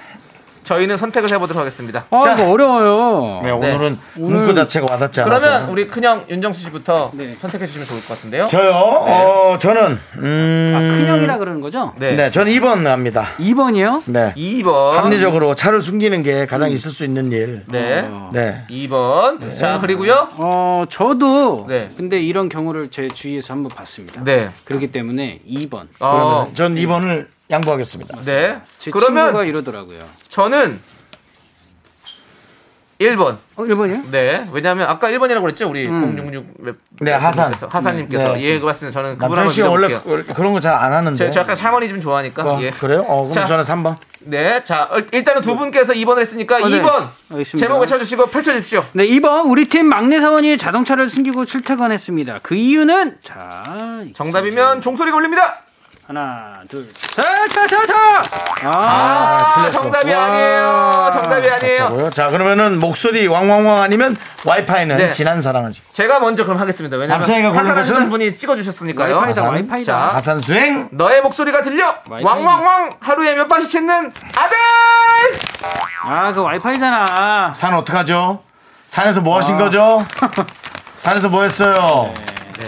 Speaker 3: 저희는 선택을 해보도록 하겠습니다.
Speaker 2: 아,
Speaker 3: 자,
Speaker 2: 이거 어려워요. 네, 오늘은 문구
Speaker 3: 오늘-
Speaker 2: 자체가 와닿지 않아서.
Speaker 3: 그러면 우리 큰형 윤정수 씨부터 선택해 주시면 좋을 것 같은데요.
Speaker 2: 저요?
Speaker 3: 네.
Speaker 2: 어, 저는 음...
Speaker 9: 아,
Speaker 3: 아,
Speaker 9: 큰형이라 그러는 거죠?
Speaker 2: 네. 저는 2번 합니다.
Speaker 9: 2번이요?
Speaker 2: 네.
Speaker 3: 2번. 음.
Speaker 2: 합리적으로 차를 숨기는 게 가장 있을 수 있는 일.
Speaker 3: 네.
Speaker 2: 네.
Speaker 3: 2번. 자, 그리고요.
Speaker 9: 어, 저도 근데 이런 경우를 제 주위에서 한번 봤습니다.
Speaker 3: 네.
Speaker 9: 그렇기 때문에 2번.
Speaker 3: 어. 그러면
Speaker 2: 전 2번을 양보하겠습니다.
Speaker 3: 네.
Speaker 9: 제
Speaker 3: 그러면-
Speaker 9: 친구가 이러더라고요.
Speaker 3: 저는 1번.
Speaker 9: 어, 1번이요?
Speaker 3: 네. 왜냐하면 아까 1번이라고 그랬죠, 우리
Speaker 2: 음.
Speaker 3: 066 몇-
Speaker 2: 네, 하산.
Speaker 3: 하사님께서
Speaker 2: 네.
Speaker 3: 예, 그 맞습니다. 저는 그분
Speaker 2: 남편
Speaker 3: 한번
Speaker 2: 씨 원래
Speaker 3: 믿어볼게요.
Speaker 2: 그- 그런 거 잘 안 하는데.
Speaker 3: 저, 저 약간 할머니 좀 좋아하니까.
Speaker 2: 어,
Speaker 3: 예.
Speaker 2: 그래요? 어, 그럼
Speaker 3: 자.
Speaker 2: 저는 3번.
Speaker 3: 네, 자 얼- 일단은 두 분께서 2번을 했으니까
Speaker 9: 어, 네.
Speaker 3: 2번
Speaker 9: 알겠습니다.
Speaker 3: 제목을 쳐주시고 펼쳐주십시오.
Speaker 9: 네, 2번 우리 팀 막내 사원이 자동차를 숨기고 출퇴근했습니다. 그 이유는 자
Speaker 2: 네.
Speaker 3: 정답이면 종소리가 울립니다.
Speaker 9: 하나, 둘, 셋, 자, 자, 자.
Speaker 2: 아,
Speaker 9: 아,
Speaker 2: 틀렸어.
Speaker 3: 정답이
Speaker 2: 와.
Speaker 3: 아니에요. 정답이 아니에요.
Speaker 2: 자고요. 자, 그러면은 목소리 왕왕왕 아니면 와이파이는
Speaker 3: 네.
Speaker 2: 지난 사랑하지.
Speaker 3: 제가 먼저 그럼 하겠습니다. 왜냐면
Speaker 2: 남창이가 고른
Speaker 3: 하산하시는
Speaker 2: 것은
Speaker 3: 분이 찍어주셨으니까요.
Speaker 2: 와이파이다, 하산. 와이파이다.
Speaker 3: 아.
Speaker 2: 아. 하산 수행.
Speaker 3: 너의 목소리가 들려.
Speaker 9: 와이파이다.
Speaker 3: 왕왕왕 하루에 몇 번씩 짖는 아들.
Speaker 9: 아, 그 와이파이잖아.
Speaker 2: 산 어떡하죠? 산에서 뭐
Speaker 3: 아.
Speaker 2: 하신 거죠? 산에서 뭐 했어요?
Speaker 3: 네,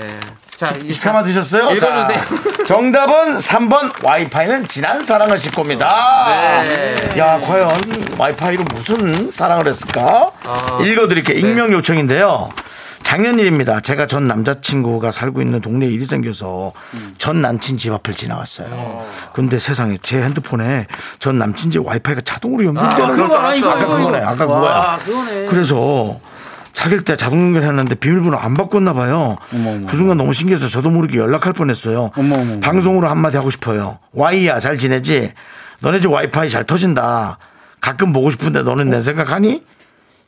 Speaker 3: 자,
Speaker 2: 히카마 드셨어요?
Speaker 3: 읽어주세요.
Speaker 2: 자, 정답은 3번 와이파이는 지난 사랑을 싣고입니다
Speaker 3: 네.
Speaker 2: 야, 과연 와이파이로 무슨 사랑을 했을까?
Speaker 12: 아.
Speaker 3: 네.
Speaker 2: 읽어드릴게요. 익명 요청인데요. 작년 일입니다. 제가 전 남자친구가 살고 있는 동네에 일이 생겨서
Speaker 3: 음.
Speaker 2: 전 남친 집 앞을 지나갔어요. 근데 세상에 제 핸드폰에 전 남친 집 와이파이가 자동으로 연결되는
Speaker 9: 아, 그런 거 알아, 이거,
Speaker 2: 아까
Speaker 9: 이거,
Speaker 2: 그거네.
Speaker 9: 이거.
Speaker 2: 아까
Speaker 9: 와,
Speaker 2: 그거야.
Speaker 9: 그거네.
Speaker 2: 그래서 사귈 때 자동 연결했는데 비밀번호 안 바꿨나 봐요. 그 순간 너무 신기해서 저도 모르게 연락할 뻔했어요. 방송으로 한마디 하고 싶어요. 와이야 잘 지내지? 너네 집 와이파이 잘 터진다. 가끔 보고 싶은데 너는 내 생각하니?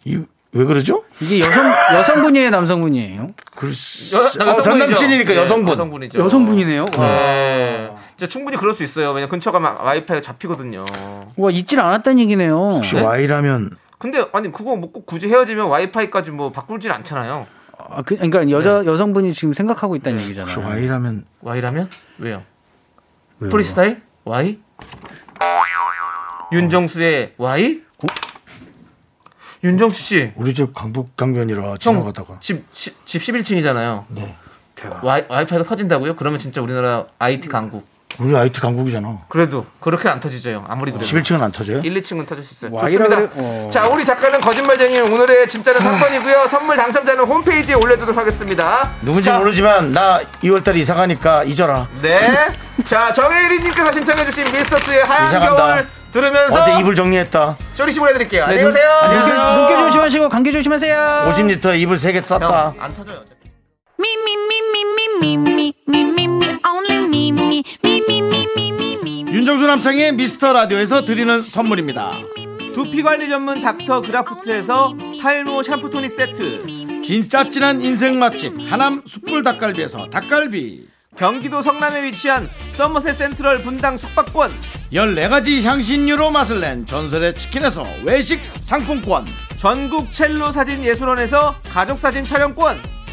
Speaker 2: 이 왜 그러죠?
Speaker 9: 이게 여성 여성분이에요, 남성분이에요?
Speaker 2: 글쎄. 어, 전 남친이니까 여성분.
Speaker 3: 예, 여성분이죠.
Speaker 9: 여성분이네요.
Speaker 3: 네. 진짜 충분히 그럴 수 있어요. 왜냐 면 근처 가면 와이파이가 잡히거든요.
Speaker 9: 와, 잊질 않았다는 얘기네요.
Speaker 2: 혹시 와이라면
Speaker 3: 근데 아니 그거 뭐꼭 굳이 헤어지면 와이파이까지 뭐 바꿀진 않잖아요.
Speaker 9: 아, 그, 러니까 여자 여성분이 지금 생각하고 있다는
Speaker 2: 네.
Speaker 9: 얘기잖아요.
Speaker 2: 와이라면
Speaker 3: 와이라면 왜요? 프리스타일 와이 윤정수의 와이 윤정수 씨
Speaker 2: 우리 집 강북 강변이라 지나가다가
Speaker 3: 집집 11층이잖아요.
Speaker 2: 네.
Speaker 3: 와이, 와이파이가 터진다고요? 그러면 진짜 우리나라 IT 강국.
Speaker 2: 우리 IT 강북이잖아.
Speaker 3: 그래도 그렇게 안 터지죠. 형. 아무리 그래도
Speaker 2: 11층은 안 터져요?
Speaker 3: 1, 2층은 터질 수 있어요.
Speaker 2: 와이라
Speaker 3: 좋습니다.
Speaker 2: 그래- 어. 아.
Speaker 3: 자, 우리 작가는 거짓말쟁이 오늘의 진짜는 3번이고요. 선물 당첨자는 홈페이지에 올려두도록 하겠습니다.
Speaker 2: 누군지 모르지만 나 2월달에 이사 가니까 잊어라.
Speaker 3: 네. 자, 정혜리님께서 신청해주신 밀서스의 하얀
Speaker 2: 이상한다.
Speaker 3: 겨울 들으면서
Speaker 2: 어제 이불 정리했다.
Speaker 3: 쇼리씨 보내드릴게요.
Speaker 2: 네,
Speaker 3: 안녕히 계세요.
Speaker 2: 눈- 안녕하세요.
Speaker 9: 눈길 조심하시고 감기 조심하세요.
Speaker 2: 50리터 이불 3개 쌌다.
Speaker 3: 안 터져요.
Speaker 6: Me, me, me, me, me, me, me, me, me, me, only me, me, me, me, me, me, me, me.
Speaker 2: 윤정수 남창의 미스터 라디오에서 드리는 선물입니다.
Speaker 3: 두피관리 전문 닥터 그라프트에서 탈모 샴푸 토닉 세트
Speaker 2: 진짜 진한 인생 맛집 하남 숯불 닭갈비에서 닭갈비
Speaker 3: 경기도 성남에 위치한 서머셋 센트럴 분당 숙박권
Speaker 2: 14가지 향신료로 맛을 낸 전설의 치킨에서 외식 상품권
Speaker 3: 전국 첼로 사진 예술원에서 가족 사진 촬영권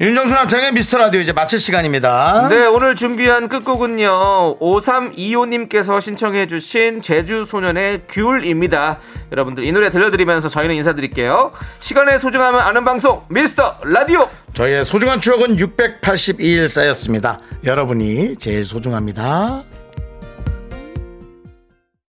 Speaker 2: 윤정수 남창의 미스터 라디오 이제 마칠 시간입니다
Speaker 3: 네, 오늘 준비한 끝곡은요. 5325님께서 신청해 주신 제주 소년의 귤입니다. 여러분들 이 노래 들려드리면서 저희는 인사드릴게요. 시간의 소중함을 아는 방송 미스터 라디오.
Speaker 2: 저희의 소중한 추억은 682일 쌓였습니다 여러분이 제일 소중합니다